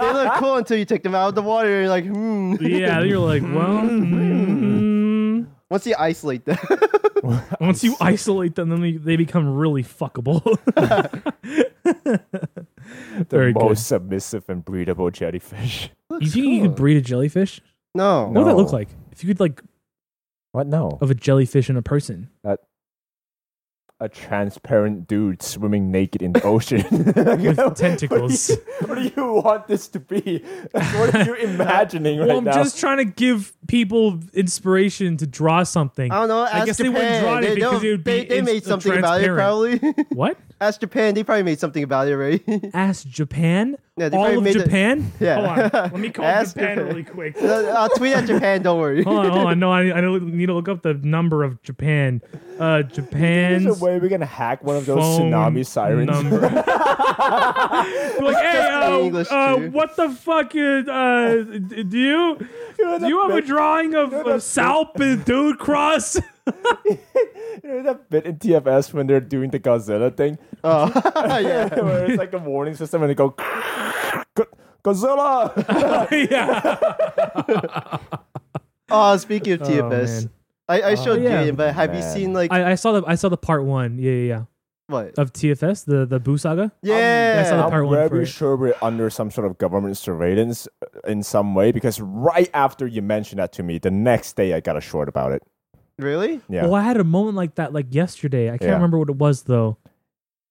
[SPEAKER 3] they look cool until you take them out of the water. You're like, hmm.
[SPEAKER 2] yeah, you're like, well. mm,
[SPEAKER 3] Once you isolate them,
[SPEAKER 2] Once you isolate them, then they, they become really fuckable.
[SPEAKER 1] The
[SPEAKER 2] Very good.
[SPEAKER 1] most submissive and breedable jellyfish.
[SPEAKER 2] you think you could breed a jellyfish?
[SPEAKER 3] no.
[SPEAKER 2] What would that
[SPEAKER 1] No.
[SPEAKER 2] look like? If you could like
[SPEAKER 1] What? No.
[SPEAKER 2] of a jellyfish and a person.
[SPEAKER 1] a transparent dude swimming naked in the ocean
[SPEAKER 2] With tentacles.
[SPEAKER 1] What do, you, what do you want this to be? Like, what are you imagining right
[SPEAKER 2] well, I'm
[SPEAKER 1] now?
[SPEAKER 2] just trying to give people inspiration to draw something.
[SPEAKER 3] I don't know.
[SPEAKER 2] I
[SPEAKER 3] ask
[SPEAKER 2] guess they wouldn't
[SPEAKER 3] Japan.
[SPEAKER 2] draw it
[SPEAKER 3] They,
[SPEAKER 2] because
[SPEAKER 3] don't-
[SPEAKER 2] it would be
[SPEAKER 3] they, they
[SPEAKER 2] ins-
[SPEAKER 3] made something about it, probably.
[SPEAKER 2] transparent. What?
[SPEAKER 3] ask Japan. They probably made something about it, right? Uh,
[SPEAKER 2] Ask Japan?
[SPEAKER 3] Yeah, they
[SPEAKER 2] All
[SPEAKER 3] probably
[SPEAKER 2] of
[SPEAKER 3] made the-
[SPEAKER 2] Japan?
[SPEAKER 3] Yeah.
[SPEAKER 2] Hold on. Let me call
[SPEAKER 3] Ask
[SPEAKER 2] Japan
[SPEAKER 3] Japan.
[SPEAKER 2] really quick. Hold
[SPEAKER 3] I'll uh, tweet at Japan. Don't worry.
[SPEAKER 2] on, hold on. No, I, I need to look up the number of Japan. Uh, Japan's
[SPEAKER 1] There's a way we're gonna hack one of those
[SPEAKER 2] phone
[SPEAKER 1] tsunami sirens.
[SPEAKER 2] number. like, hey,
[SPEAKER 3] Just in
[SPEAKER 2] uh,
[SPEAKER 3] English,
[SPEAKER 2] uh,
[SPEAKER 3] too.
[SPEAKER 2] what the fuck is, uh, d- do you
[SPEAKER 1] You're
[SPEAKER 2] do
[SPEAKER 1] the
[SPEAKER 2] you have a
[SPEAKER 1] best-
[SPEAKER 2] drawing of,
[SPEAKER 1] the
[SPEAKER 2] of Salp and Dude Cross?
[SPEAKER 1] You know that bit in TFS when they're doing the Godzilla thing?
[SPEAKER 3] Oh, yeah.
[SPEAKER 1] Where it's like a warning system and they go, "Go- Godzilla!
[SPEAKER 2] yeah.
[SPEAKER 3] Oh, speaking of TFS,
[SPEAKER 2] man. Oh,
[SPEAKER 3] I, I showed
[SPEAKER 2] yeah.
[SPEAKER 3] Jaden, but have you
[SPEAKER 1] Man.
[SPEAKER 3] seen like
[SPEAKER 2] I, I saw the I saw the part one. Yeah, yeah, yeah.
[SPEAKER 3] what?
[SPEAKER 2] Of TFS, the the Boo Saga.
[SPEAKER 3] yeah.
[SPEAKER 2] I saw the part
[SPEAKER 1] I'm
[SPEAKER 2] one for
[SPEAKER 1] very
[SPEAKER 2] it.
[SPEAKER 1] sure we're under some sort of government surveillance uh, in some way because right after you mentioned that to me, the next day I got a short about it.
[SPEAKER 3] really?
[SPEAKER 1] Yeah.
[SPEAKER 2] Well, Oh, I had a moment like that like yesterday. I can't
[SPEAKER 1] Yeah.
[SPEAKER 2] remember what it was though.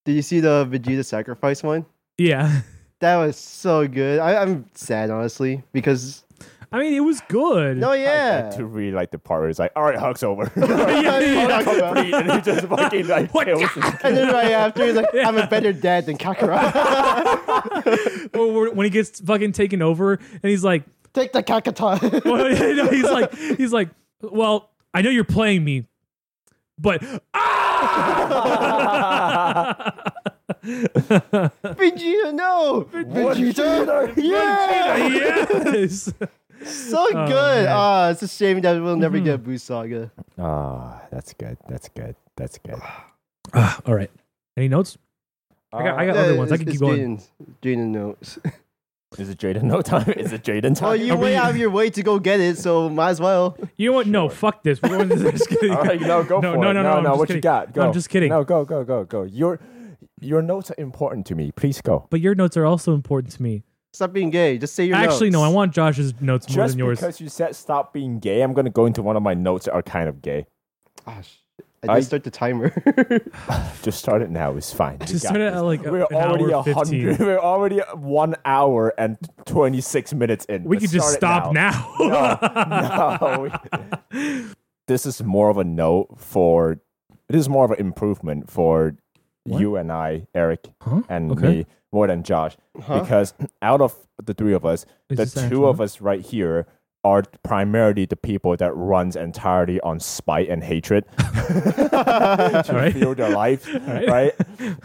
[SPEAKER 3] Did you see the Vegeta sacrifice one?
[SPEAKER 2] Yeah.
[SPEAKER 3] That was so good. I, I'm sad, honestly, because
[SPEAKER 2] I mean, it was good.
[SPEAKER 3] No,
[SPEAKER 1] I
[SPEAKER 3] yeah.
[SPEAKER 1] do really like the part where it's like, all right, Huck's over.
[SPEAKER 2] Yeah, yeah, yeah.
[SPEAKER 1] Complete, and he just fucking like
[SPEAKER 2] What?
[SPEAKER 1] kills his
[SPEAKER 3] And then right after, he's like, "I'm a better dad than Kakarot.
[SPEAKER 2] Or where- when he gets fucking taken over, and he's like,
[SPEAKER 3] Take the Kakata."
[SPEAKER 2] well, you know, he's like, he's like, well, I know you're playing me, but
[SPEAKER 3] Vegeta, no. Vegeta, yeah,
[SPEAKER 2] yes,
[SPEAKER 3] so good. Ah, it's a shame that we'll never get
[SPEAKER 2] Mm-hmm.
[SPEAKER 3] Boo Saga.
[SPEAKER 1] Ah, that's good. That's good. That's good.
[SPEAKER 2] Ah, all right. Any notes? I got,
[SPEAKER 1] Ah.
[SPEAKER 2] I got other
[SPEAKER 3] Uh,
[SPEAKER 2] ones. I
[SPEAKER 3] it's-
[SPEAKER 2] can keep
[SPEAKER 3] it's
[SPEAKER 2] going.
[SPEAKER 3] Jaden's- Jaden notes.
[SPEAKER 1] Is it Jaden? No time. Is it Jaden time?
[SPEAKER 3] Well, you
[SPEAKER 2] Are we-
[SPEAKER 3] went out of your way to go get it, so might as well.
[SPEAKER 2] You know what? No, fuck this. We're going to this.
[SPEAKER 1] All right, no, go
[SPEAKER 2] no,
[SPEAKER 1] for
[SPEAKER 2] no,
[SPEAKER 1] it.
[SPEAKER 2] No, no,
[SPEAKER 1] no,
[SPEAKER 2] I'm just
[SPEAKER 1] What
[SPEAKER 2] kidding.
[SPEAKER 1] you got? Go.
[SPEAKER 2] No, I'm just kidding.
[SPEAKER 1] No, go, go, go, go. Your your notes are important to me. Please go.
[SPEAKER 2] But your notes are also important to me.
[SPEAKER 3] Stop being gay. Just say your
[SPEAKER 2] Actually, no.
[SPEAKER 3] notes.
[SPEAKER 2] I want Josh's notes more
[SPEAKER 1] Just
[SPEAKER 2] than yours.
[SPEAKER 1] because you said stop being gay, I'm gonna go into one of my notes that are kind of gay.
[SPEAKER 3] Ah, sh- I
[SPEAKER 1] I-
[SPEAKER 3] did start the timer.
[SPEAKER 1] Just start it now. It's fine. We
[SPEAKER 2] Just
[SPEAKER 1] got
[SPEAKER 2] start it
[SPEAKER 1] this.
[SPEAKER 2] at like a-
[SPEAKER 1] We're
[SPEAKER 2] an
[SPEAKER 1] already
[SPEAKER 2] hour
[SPEAKER 1] a
[SPEAKER 2] 15.
[SPEAKER 1] hundred. We're already one hour and twenty six minutes in.
[SPEAKER 2] We
[SPEAKER 1] Let's
[SPEAKER 2] could just
[SPEAKER 1] start it
[SPEAKER 2] stop now.
[SPEAKER 1] no. we- this is more of a note for. This is more of an improvement for you and I, Eric,
[SPEAKER 2] Huh?
[SPEAKER 1] and
[SPEAKER 2] Okay.
[SPEAKER 1] me, more than Josh, because out of the three of us, the
[SPEAKER 2] Is this
[SPEAKER 1] two
[SPEAKER 2] actual-
[SPEAKER 1] of us right here are primarily the people that runs entirely on spite and hatred to
[SPEAKER 2] All right.
[SPEAKER 1] fuel their life,
[SPEAKER 2] right.
[SPEAKER 1] right.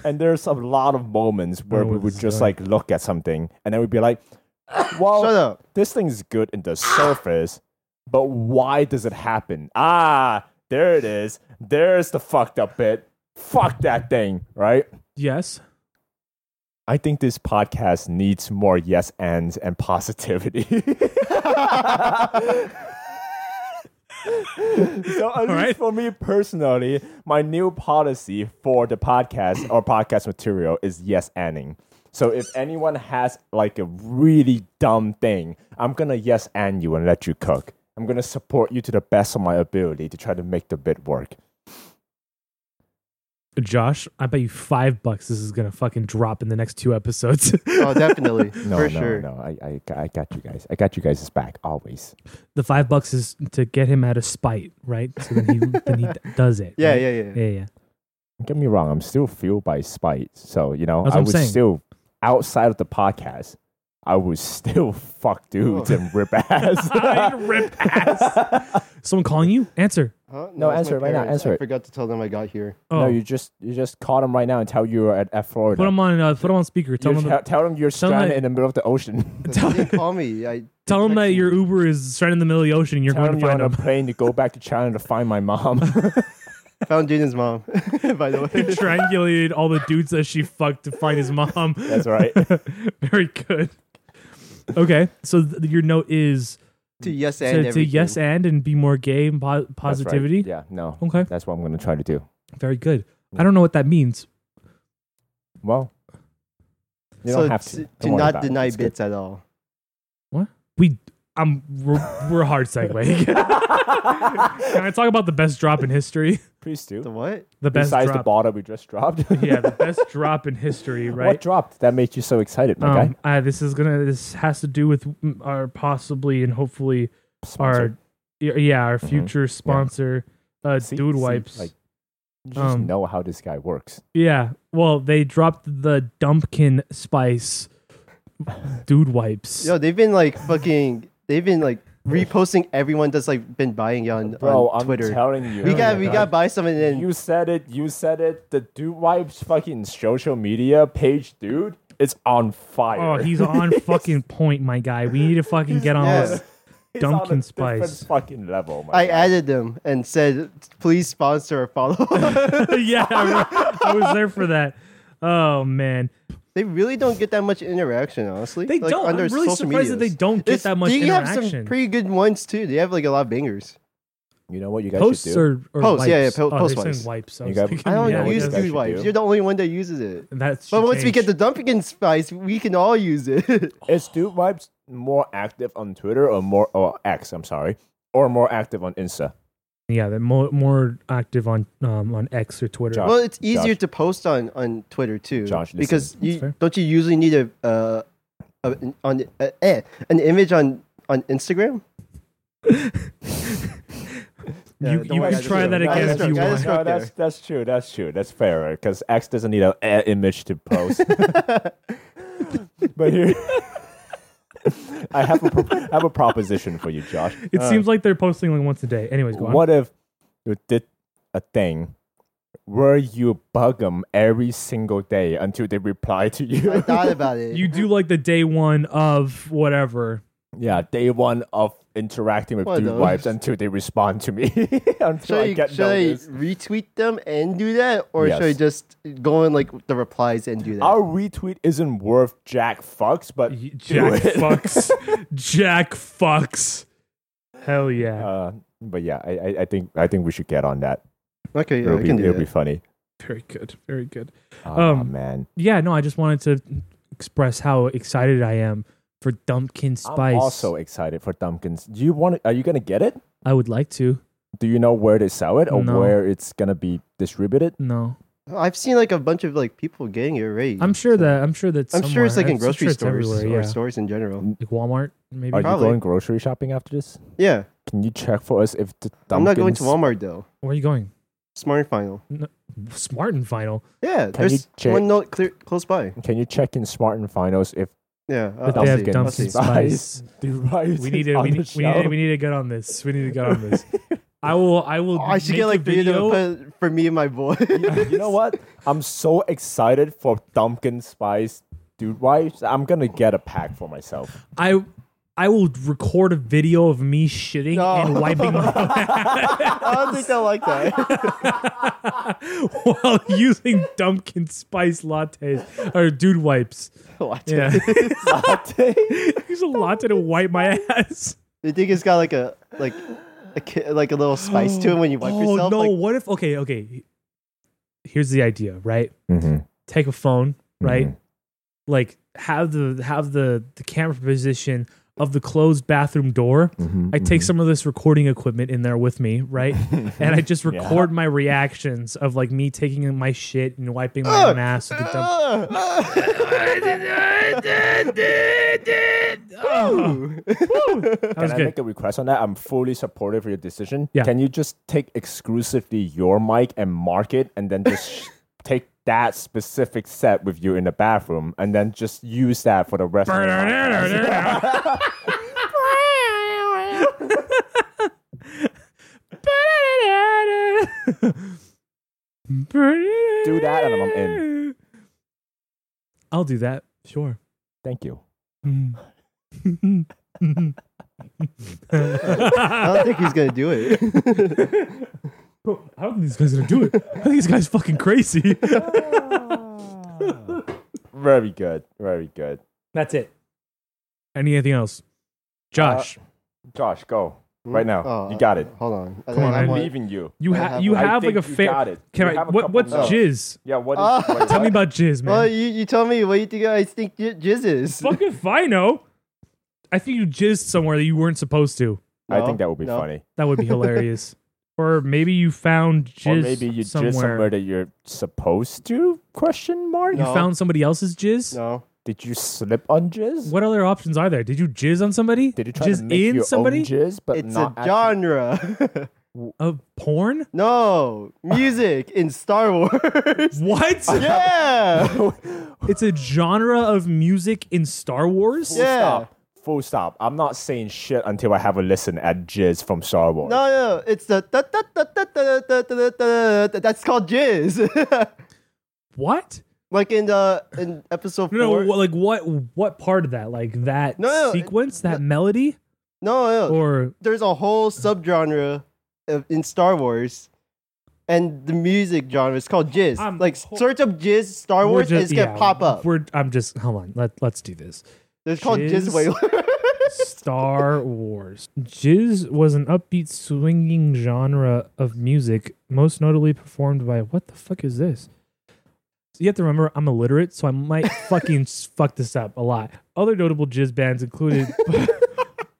[SPEAKER 1] And there's a lot of moments where
[SPEAKER 2] know
[SPEAKER 1] we
[SPEAKER 2] where
[SPEAKER 1] would
[SPEAKER 2] this is
[SPEAKER 1] just
[SPEAKER 2] going.
[SPEAKER 1] like look at something and then we'd be like, well,
[SPEAKER 3] Shut up.
[SPEAKER 1] this thing's good in the surface, but why does it happen? Ah, there it is. There's the fucked up bit. Fuck that thing, right?
[SPEAKER 2] Yes.
[SPEAKER 1] I think this podcast needs more yes ands and positivity. so at least
[SPEAKER 2] right.
[SPEAKER 1] for me personally, my new policy for the podcast or podcast material is yes anding. So if anyone has like a really dumb thing, I'm gonna yes and you and let you cook. I'm gonna support you to the best of my ability to try to make the bit work.
[SPEAKER 2] Josh, I bet you five bucks this is gonna fucking drop in the next two episodes.
[SPEAKER 3] Oh, definitely.
[SPEAKER 1] No,
[SPEAKER 3] for
[SPEAKER 1] no,
[SPEAKER 3] sure.
[SPEAKER 1] no. I, I, I got you guys. I got you guys' back always.
[SPEAKER 2] the five bucks is to get him out of spite, right? So then he then he d- does it.
[SPEAKER 3] Yeah,
[SPEAKER 2] right?
[SPEAKER 3] yeah, yeah.
[SPEAKER 2] yeah, yeah.
[SPEAKER 1] Don't get me wrong, I'm still fueled by spite. So, you know,
[SPEAKER 2] That's what
[SPEAKER 1] I
[SPEAKER 2] I'm
[SPEAKER 1] was
[SPEAKER 2] saying.
[SPEAKER 1] still outside of the podcast. I was still fuck
[SPEAKER 3] Oh.
[SPEAKER 1] dudes and rip ass.
[SPEAKER 2] rip ass. Someone calling you? Answer.
[SPEAKER 3] Huh?
[SPEAKER 1] No,
[SPEAKER 3] it's my
[SPEAKER 1] answer it right now,
[SPEAKER 3] parents.
[SPEAKER 1] answer
[SPEAKER 3] I
[SPEAKER 1] it.
[SPEAKER 3] forgot to tell them I got here.
[SPEAKER 2] Oh,
[SPEAKER 1] No, you just you just caught him right now and tell you are at F Florida.
[SPEAKER 2] put him on. Uh, put him on speaker. Tell
[SPEAKER 1] You
[SPEAKER 2] him.
[SPEAKER 1] te-
[SPEAKER 2] that-
[SPEAKER 1] tell him you're
[SPEAKER 2] tell him
[SPEAKER 1] stranded
[SPEAKER 2] that-
[SPEAKER 1] in the middle of the ocean.
[SPEAKER 3] They didn't call me. I
[SPEAKER 2] tell him that
[SPEAKER 3] texted
[SPEAKER 2] your
[SPEAKER 3] them.
[SPEAKER 2] Uber is stranded in the middle of the ocean. and You're
[SPEAKER 1] tell
[SPEAKER 2] going
[SPEAKER 1] him
[SPEAKER 2] to
[SPEAKER 1] you're
[SPEAKER 2] find
[SPEAKER 1] on a
[SPEAKER 2] him.
[SPEAKER 1] plane to go back to China to find my mom.
[SPEAKER 3] found Jaden's mom. by the way,
[SPEAKER 2] Triangulated all the dudes that she fucked to find his mom.
[SPEAKER 1] That's right.
[SPEAKER 2] Very good. Okay, so th- your note is
[SPEAKER 3] to yes and
[SPEAKER 2] to, to
[SPEAKER 3] everything.
[SPEAKER 2] yes and and be more gay and po-
[SPEAKER 1] That's right.
[SPEAKER 2] positivity.
[SPEAKER 1] Yeah, no.
[SPEAKER 2] Okay,
[SPEAKER 1] That's what I'm going to try to do.
[SPEAKER 2] very good. I don't know what that means.
[SPEAKER 1] Well, you
[SPEAKER 3] so
[SPEAKER 1] don't have
[SPEAKER 3] t-
[SPEAKER 1] to.
[SPEAKER 3] to,
[SPEAKER 1] Don't worry about
[SPEAKER 3] not
[SPEAKER 1] it.
[SPEAKER 3] deny
[SPEAKER 1] It's good.
[SPEAKER 3] bits at all.
[SPEAKER 2] We, I'm, we're, we're a hard segue. Can I talk about the best drop in history?
[SPEAKER 1] Please do.
[SPEAKER 3] The what?
[SPEAKER 2] The best
[SPEAKER 1] Besides the
[SPEAKER 2] drop.
[SPEAKER 1] ball that we just dropped.
[SPEAKER 2] yeah, the best drop in history,
[SPEAKER 1] What
[SPEAKER 2] right?
[SPEAKER 1] dropped that made you so excited, my guy?
[SPEAKER 2] um, uh, this is gonna. This has to do with mm, our possibly and hopefully
[SPEAKER 1] Sponsored.
[SPEAKER 2] our, y- yeah, our future sponsor, uh,
[SPEAKER 1] Mm-hmm. See-
[SPEAKER 2] Dude
[SPEAKER 1] see,
[SPEAKER 2] Wipes.
[SPEAKER 1] like, you just
[SPEAKER 2] Um,
[SPEAKER 1] know how this guy works.
[SPEAKER 2] yeah, well, they dropped the Dumpkin Spice Dude Wipes.
[SPEAKER 3] Yo, they've been like fucking. They've been like reposting everyone that's like been buying it on,
[SPEAKER 1] Bro,
[SPEAKER 3] on
[SPEAKER 1] I'm
[SPEAKER 3] Twitter.
[SPEAKER 1] telling you.
[SPEAKER 3] we got
[SPEAKER 2] my
[SPEAKER 3] we
[SPEAKER 2] God.
[SPEAKER 3] got buy some and then
[SPEAKER 1] You said it. You said it. The dude wipes fucking social media page, dude. It's on
[SPEAKER 2] Oh,
[SPEAKER 1] fire.
[SPEAKER 2] he's on fucking point, my guy. We need to fucking get on
[SPEAKER 3] yeah.
[SPEAKER 2] this.
[SPEAKER 1] He's on a
[SPEAKER 2] Dunkin'
[SPEAKER 1] different
[SPEAKER 2] Spice.
[SPEAKER 1] fucking level. My
[SPEAKER 3] I
[SPEAKER 1] guy.
[SPEAKER 3] added them and said, please sponsor or follow.
[SPEAKER 2] yeah, I, I was there for that. Oh man,
[SPEAKER 3] they really don't get that much interaction, honestly.
[SPEAKER 2] They
[SPEAKER 3] Like,
[SPEAKER 2] don't.
[SPEAKER 3] on their
[SPEAKER 2] I'm really
[SPEAKER 3] social
[SPEAKER 2] surprised that they
[SPEAKER 3] medias.
[SPEAKER 2] don't get
[SPEAKER 3] It's-
[SPEAKER 2] that much
[SPEAKER 3] they have
[SPEAKER 2] interaction.
[SPEAKER 3] some pretty good ones too. They have like a lot of bangers.
[SPEAKER 1] You know what you guys should
[SPEAKER 2] posts
[SPEAKER 1] do?
[SPEAKER 2] or, or
[SPEAKER 3] Posts,
[SPEAKER 2] wipes.
[SPEAKER 3] yeah, yeah, po-
[SPEAKER 2] Oh, they're
[SPEAKER 3] post
[SPEAKER 2] saying
[SPEAKER 3] wipes.
[SPEAKER 2] wipes. I
[SPEAKER 1] You
[SPEAKER 2] was
[SPEAKER 1] got-
[SPEAKER 2] thinking,
[SPEAKER 3] I don't
[SPEAKER 2] yeah,
[SPEAKER 1] what
[SPEAKER 3] use
[SPEAKER 1] you
[SPEAKER 2] guess
[SPEAKER 1] guys
[SPEAKER 3] dude
[SPEAKER 1] should
[SPEAKER 3] wipes.
[SPEAKER 1] do.
[SPEAKER 3] You're the only one that uses it.
[SPEAKER 2] That should
[SPEAKER 3] But once we get the
[SPEAKER 2] change. Oh,
[SPEAKER 3] dumpkin spice, we can all use it.
[SPEAKER 1] Is dude wipes more active on Twitter or more or X? I'm sorry, or more active on Insta?
[SPEAKER 2] yeah, they're more more active on um on X or Twitter.
[SPEAKER 1] Josh.
[SPEAKER 3] well, it's easier
[SPEAKER 1] Josh.
[SPEAKER 3] to post on on Twitter too,
[SPEAKER 1] Josh, listen.
[SPEAKER 3] because
[SPEAKER 2] fair.
[SPEAKER 3] you don't you usually need a uh a, an- on uh, eh, an image on on Instagram? Yeah,
[SPEAKER 2] you
[SPEAKER 3] don't
[SPEAKER 2] you
[SPEAKER 3] worry,
[SPEAKER 2] can
[SPEAKER 3] I
[SPEAKER 2] try
[SPEAKER 3] just-
[SPEAKER 2] that
[SPEAKER 3] I
[SPEAKER 2] again
[SPEAKER 3] just-
[SPEAKER 2] if you
[SPEAKER 3] I
[SPEAKER 2] want.
[SPEAKER 3] just-
[SPEAKER 1] No,
[SPEAKER 3] right
[SPEAKER 1] that's that's true. That's true. That's fair because X doesn't need an eh image to post. but here, I have a pro- I have a proposition for you, Josh.
[SPEAKER 3] Uh,
[SPEAKER 1] Uh,
[SPEAKER 2] It seems like they're posting like once a day. Anyways, go on.
[SPEAKER 1] What if you did a thing where you bug them every single day until they reply to you?
[SPEAKER 3] I thought about it.
[SPEAKER 2] You do like the day one of whatever.
[SPEAKER 1] yeah, day one of interacting with
[SPEAKER 3] What
[SPEAKER 1] dude
[SPEAKER 3] those?
[SPEAKER 1] wives until they respond to me. until
[SPEAKER 3] should
[SPEAKER 1] I
[SPEAKER 3] I,
[SPEAKER 1] get
[SPEAKER 3] should I
[SPEAKER 1] noticed.
[SPEAKER 3] retweet them and do that, or should I
[SPEAKER 1] Yes.
[SPEAKER 3] just go in like the replies and do that?
[SPEAKER 1] Our retweet isn't worth jack fucks, but
[SPEAKER 2] Y-
[SPEAKER 1] do
[SPEAKER 2] Jack
[SPEAKER 1] it.
[SPEAKER 2] fucks. Jack fucks. Hell yeah.
[SPEAKER 1] Uh, but yeah, I, I, I think I think we should get on that.
[SPEAKER 3] okay, yeah,
[SPEAKER 1] it'll
[SPEAKER 3] I
[SPEAKER 1] be,
[SPEAKER 3] can do
[SPEAKER 1] it'll be
[SPEAKER 3] that.
[SPEAKER 1] funny.
[SPEAKER 2] Very good. Very good.
[SPEAKER 1] Oh
[SPEAKER 2] Um,
[SPEAKER 1] man,
[SPEAKER 2] Yeah, no, I just wanted to express how excited I am for Dumpkin Spice.
[SPEAKER 1] I'm also excited for Dumpkins. Do you want? Are you gonna get it?
[SPEAKER 2] I would like to.
[SPEAKER 1] Do you know where they sell it or
[SPEAKER 2] No.
[SPEAKER 1] where it's gonna be distributed?
[SPEAKER 2] No.
[SPEAKER 3] I've seen like a bunch of like people getting it already.
[SPEAKER 2] I'm sure that I'm sure that
[SPEAKER 3] I'm sure it's like in
[SPEAKER 2] somewhere- I'm
[SPEAKER 3] grocery
[SPEAKER 2] sure it's
[SPEAKER 3] stores or
[SPEAKER 2] everywhere, yeah.
[SPEAKER 3] stores in general.
[SPEAKER 2] Like Walmart, maybe.
[SPEAKER 1] Are
[SPEAKER 3] Probably.
[SPEAKER 1] you going grocery shopping after this?
[SPEAKER 3] Yeah,
[SPEAKER 1] Can you check for us if the Dumpkins?
[SPEAKER 3] I'm not going to Walmart though.
[SPEAKER 2] Where are you going?
[SPEAKER 3] Smart and Final.
[SPEAKER 2] Smart and final.
[SPEAKER 3] Yeah,
[SPEAKER 1] Can you
[SPEAKER 3] there's
[SPEAKER 1] check-
[SPEAKER 3] one note clear, close by.
[SPEAKER 1] Can you check in Smart and Finals if
[SPEAKER 3] Yeah, I'll,
[SPEAKER 2] But
[SPEAKER 3] I'll
[SPEAKER 2] they have
[SPEAKER 3] see. I'll see.
[SPEAKER 2] Dumpkin Spice.
[SPEAKER 1] derives
[SPEAKER 2] We need to
[SPEAKER 1] on
[SPEAKER 2] we
[SPEAKER 1] the
[SPEAKER 2] need, we need
[SPEAKER 1] show?
[SPEAKER 2] to- we need to get on this. We need to get on this. I will I will
[SPEAKER 3] Oh, I should
[SPEAKER 2] make
[SPEAKER 3] get
[SPEAKER 2] a
[SPEAKER 3] like
[SPEAKER 2] video.
[SPEAKER 3] video, for, for me and my boy.
[SPEAKER 1] you know what? I'm so excited for Dumpkin Spice, dude. Why? I'm gonna get a pack for myself.
[SPEAKER 2] I I will record a video of me shitting
[SPEAKER 3] No.
[SPEAKER 2] and wiping
[SPEAKER 3] I don't think they'll like that.
[SPEAKER 2] while using Dumpkin Spice lattes or dude wipes.
[SPEAKER 3] Watch
[SPEAKER 2] Yeah,
[SPEAKER 3] it.
[SPEAKER 2] use a latte to wipe my ass.
[SPEAKER 3] You think it's got like a like a ki- like a little spice to it when you wipe
[SPEAKER 2] oh
[SPEAKER 3] yourself?
[SPEAKER 2] no!
[SPEAKER 3] Like,
[SPEAKER 2] what if? Okay, okay. Here's the idea, right? Take a phone, right? Like have the have the the camera position of the closed bathroom door. I take some of this recording equipment in there with me, right? and I just record my reactions of like me taking in my shit and wiping my own ass with the dump. That was
[SPEAKER 1] Can I
[SPEAKER 2] good.
[SPEAKER 1] make a request on that? I'm fully supportive of your decision.
[SPEAKER 2] Yeah.
[SPEAKER 1] Can you just take exclusively your mic and mark it and then just sh- take that specific set with you in the bathroom and then just use that for the rest of the podcast?
[SPEAKER 2] Do
[SPEAKER 1] that and I'm in.
[SPEAKER 2] I'll do that. Sure.
[SPEAKER 1] Thank you.
[SPEAKER 3] I don't think he's gonna do it.
[SPEAKER 2] I don't think this guy's gonna do it. I think this guy's fucking crazy.
[SPEAKER 1] Very good. Very good.
[SPEAKER 2] That's it. Anything else? Josh,
[SPEAKER 1] Uh, Josh, go. Right now.
[SPEAKER 3] Oh,
[SPEAKER 1] you got it.
[SPEAKER 3] Hold on.
[SPEAKER 2] Come on,
[SPEAKER 3] I
[SPEAKER 2] I
[SPEAKER 1] I'm
[SPEAKER 3] want-
[SPEAKER 1] leaving you.
[SPEAKER 2] you
[SPEAKER 3] I
[SPEAKER 2] ha-
[SPEAKER 3] have
[SPEAKER 2] you
[SPEAKER 3] a- I
[SPEAKER 2] have like
[SPEAKER 1] think
[SPEAKER 2] a
[SPEAKER 1] you
[SPEAKER 2] fa-
[SPEAKER 1] got it.
[SPEAKER 2] Can
[SPEAKER 1] You
[SPEAKER 2] I
[SPEAKER 1] have a
[SPEAKER 2] what,
[SPEAKER 1] couple
[SPEAKER 2] what's
[SPEAKER 1] more.
[SPEAKER 2] jizz?
[SPEAKER 1] Yeah, what is
[SPEAKER 3] Ah.
[SPEAKER 1] what is
[SPEAKER 2] Tell me
[SPEAKER 1] that?
[SPEAKER 2] about jizz, man.
[SPEAKER 3] Well, you, you tell me what you think I think j- jizz is.
[SPEAKER 2] Fuck if I know. I think you jizzed somewhere that you weren't supposed to.
[SPEAKER 1] I think that would be
[SPEAKER 3] No, no.
[SPEAKER 1] funny.
[SPEAKER 2] That would be hilarious. or maybe you found jizz
[SPEAKER 1] or maybe you just
[SPEAKER 2] somewhere.
[SPEAKER 1] somewhere that you're supposed to? Question mark.
[SPEAKER 2] You
[SPEAKER 3] No.
[SPEAKER 2] found somebody else's jizz?
[SPEAKER 3] No.
[SPEAKER 1] Did you slip on jizz?
[SPEAKER 2] What other options are there? Did you jizz on somebody?
[SPEAKER 1] Did you try
[SPEAKER 2] jizz
[SPEAKER 1] to make
[SPEAKER 2] in
[SPEAKER 1] your
[SPEAKER 2] somebody?
[SPEAKER 1] own jizz? But
[SPEAKER 3] It's a
[SPEAKER 1] not actually-
[SPEAKER 3] genre.
[SPEAKER 2] of porn?
[SPEAKER 3] no. Music in Star Wars.
[SPEAKER 2] What?
[SPEAKER 3] yeah.
[SPEAKER 2] It's a genre of music in Star Wars?
[SPEAKER 1] Full
[SPEAKER 3] Yeah.
[SPEAKER 1] stop. Full stop. I'm not saying shit until I have a listen at jizz from Star Wars.
[SPEAKER 3] No, no, it's the da, da, da, da, da, da, da, da, da, that's called jizz.
[SPEAKER 2] What?
[SPEAKER 3] like in the in episode
[SPEAKER 2] No,
[SPEAKER 3] four.
[SPEAKER 2] no, wh- like what what part of that? Like that
[SPEAKER 3] No, no,
[SPEAKER 2] sequence, that melody?
[SPEAKER 3] no, no,
[SPEAKER 2] Or
[SPEAKER 3] there's a whole subgenre of, in Star Wars, and the music genre is called jizz.
[SPEAKER 2] I'm
[SPEAKER 3] like
[SPEAKER 2] ho-
[SPEAKER 3] search up jizz Star
[SPEAKER 2] we're
[SPEAKER 3] Wars, and
[SPEAKER 2] just
[SPEAKER 3] it's gonna
[SPEAKER 2] yeah,
[SPEAKER 3] pop up.
[SPEAKER 2] We're I'm just hold on, let let's do this.
[SPEAKER 3] It's called
[SPEAKER 2] jizz.
[SPEAKER 3] jizz wailer.
[SPEAKER 2] Star Wars. Jizz was an upbeat swinging genre of music, most notably performed by what the fuck is this? You have to remember I'm illiterate, so I might fucking s- fuck this up a lot. Other notable jizz bands included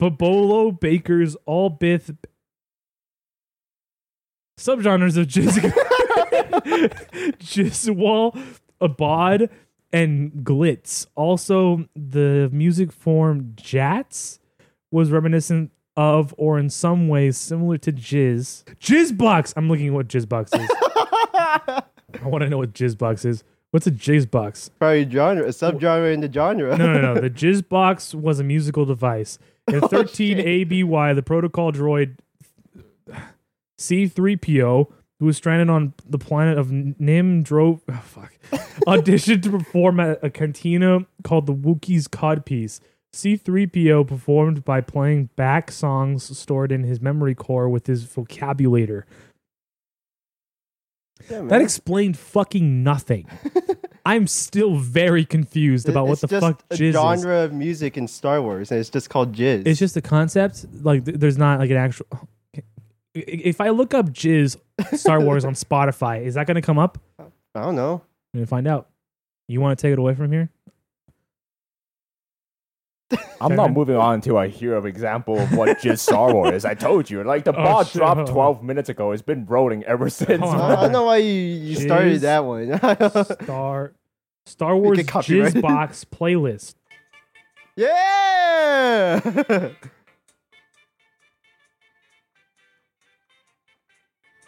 [SPEAKER 2] Babolo, Bakers, All Bith subgenres of jizz Jizzwall, Abod, and Glitz. Also, the music form Jats was reminiscent of or in some ways similar to Jizz. Jizzbox! I'm looking at what Jizzbox is. I want to know what Jizzbox is. What's a Jizzbox?
[SPEAKER 3] Probably genre, a subgenre in the genre.
[SPEAKER 2] No, no, no. The jizz box was a musical device. In 13 ABY, the protocol droid C3PO, who was stranded on the planet of Nim, drove. Oh, fuck. auditioned to perform at a cantina called the Wookiee's Codpiece. C3PO performed by playing back songs stored in his memory core with his vocabulator.
[SPEAKER 3] Yeah,
[SPEAKER 2] That
[SPEAKER 3] man.
[SPEAKER 2] explained fucking nothing. I'm still very confused about what
[SPEAKER 3] It's
[SPEAKER 2] the
[SPEAKER 3] just
[SPEAKER 2] fuck
[SPEAKER 3] a
[SPEAKER 2] jizz is.
[SPEAKER 3] genre of music in Star Wars, and it's just called jizz.
[SPEAKER 2] It's just a concept. Like, th- there's not like an actual. If I look up jizz Star Wars on Spotify, is that going to come up?
[SPEAKER 3] I don't know.
[SPEAKER 2] I'm going to find out. You want to take it away from here?
[SPEAKER 1] I'm not moving on until I hear an example of what jizz Star Wars is. I told you, like the
[SPEAKER 2] Oh,
[SPEAKER 1] bar
[SPEAKER 2] shit.
[SPEAKER 1] dropped 12 minutes ago. It's been rolling ever since.
[SPEAKER 2] Hold
[SPEAKER 3] I
[SPEAKER 2] on.
[SPEAKER 3] I don't know why you, you
[SPEAKER 2] Jizz.
[SPEAKER 3] started that one.
[SPEAKER 2] Star Star Wars
[SPEAKER 3] get copyrighted.
[SPEAKER 2] jizz box playlist.
[SPEAKER 3] yeah.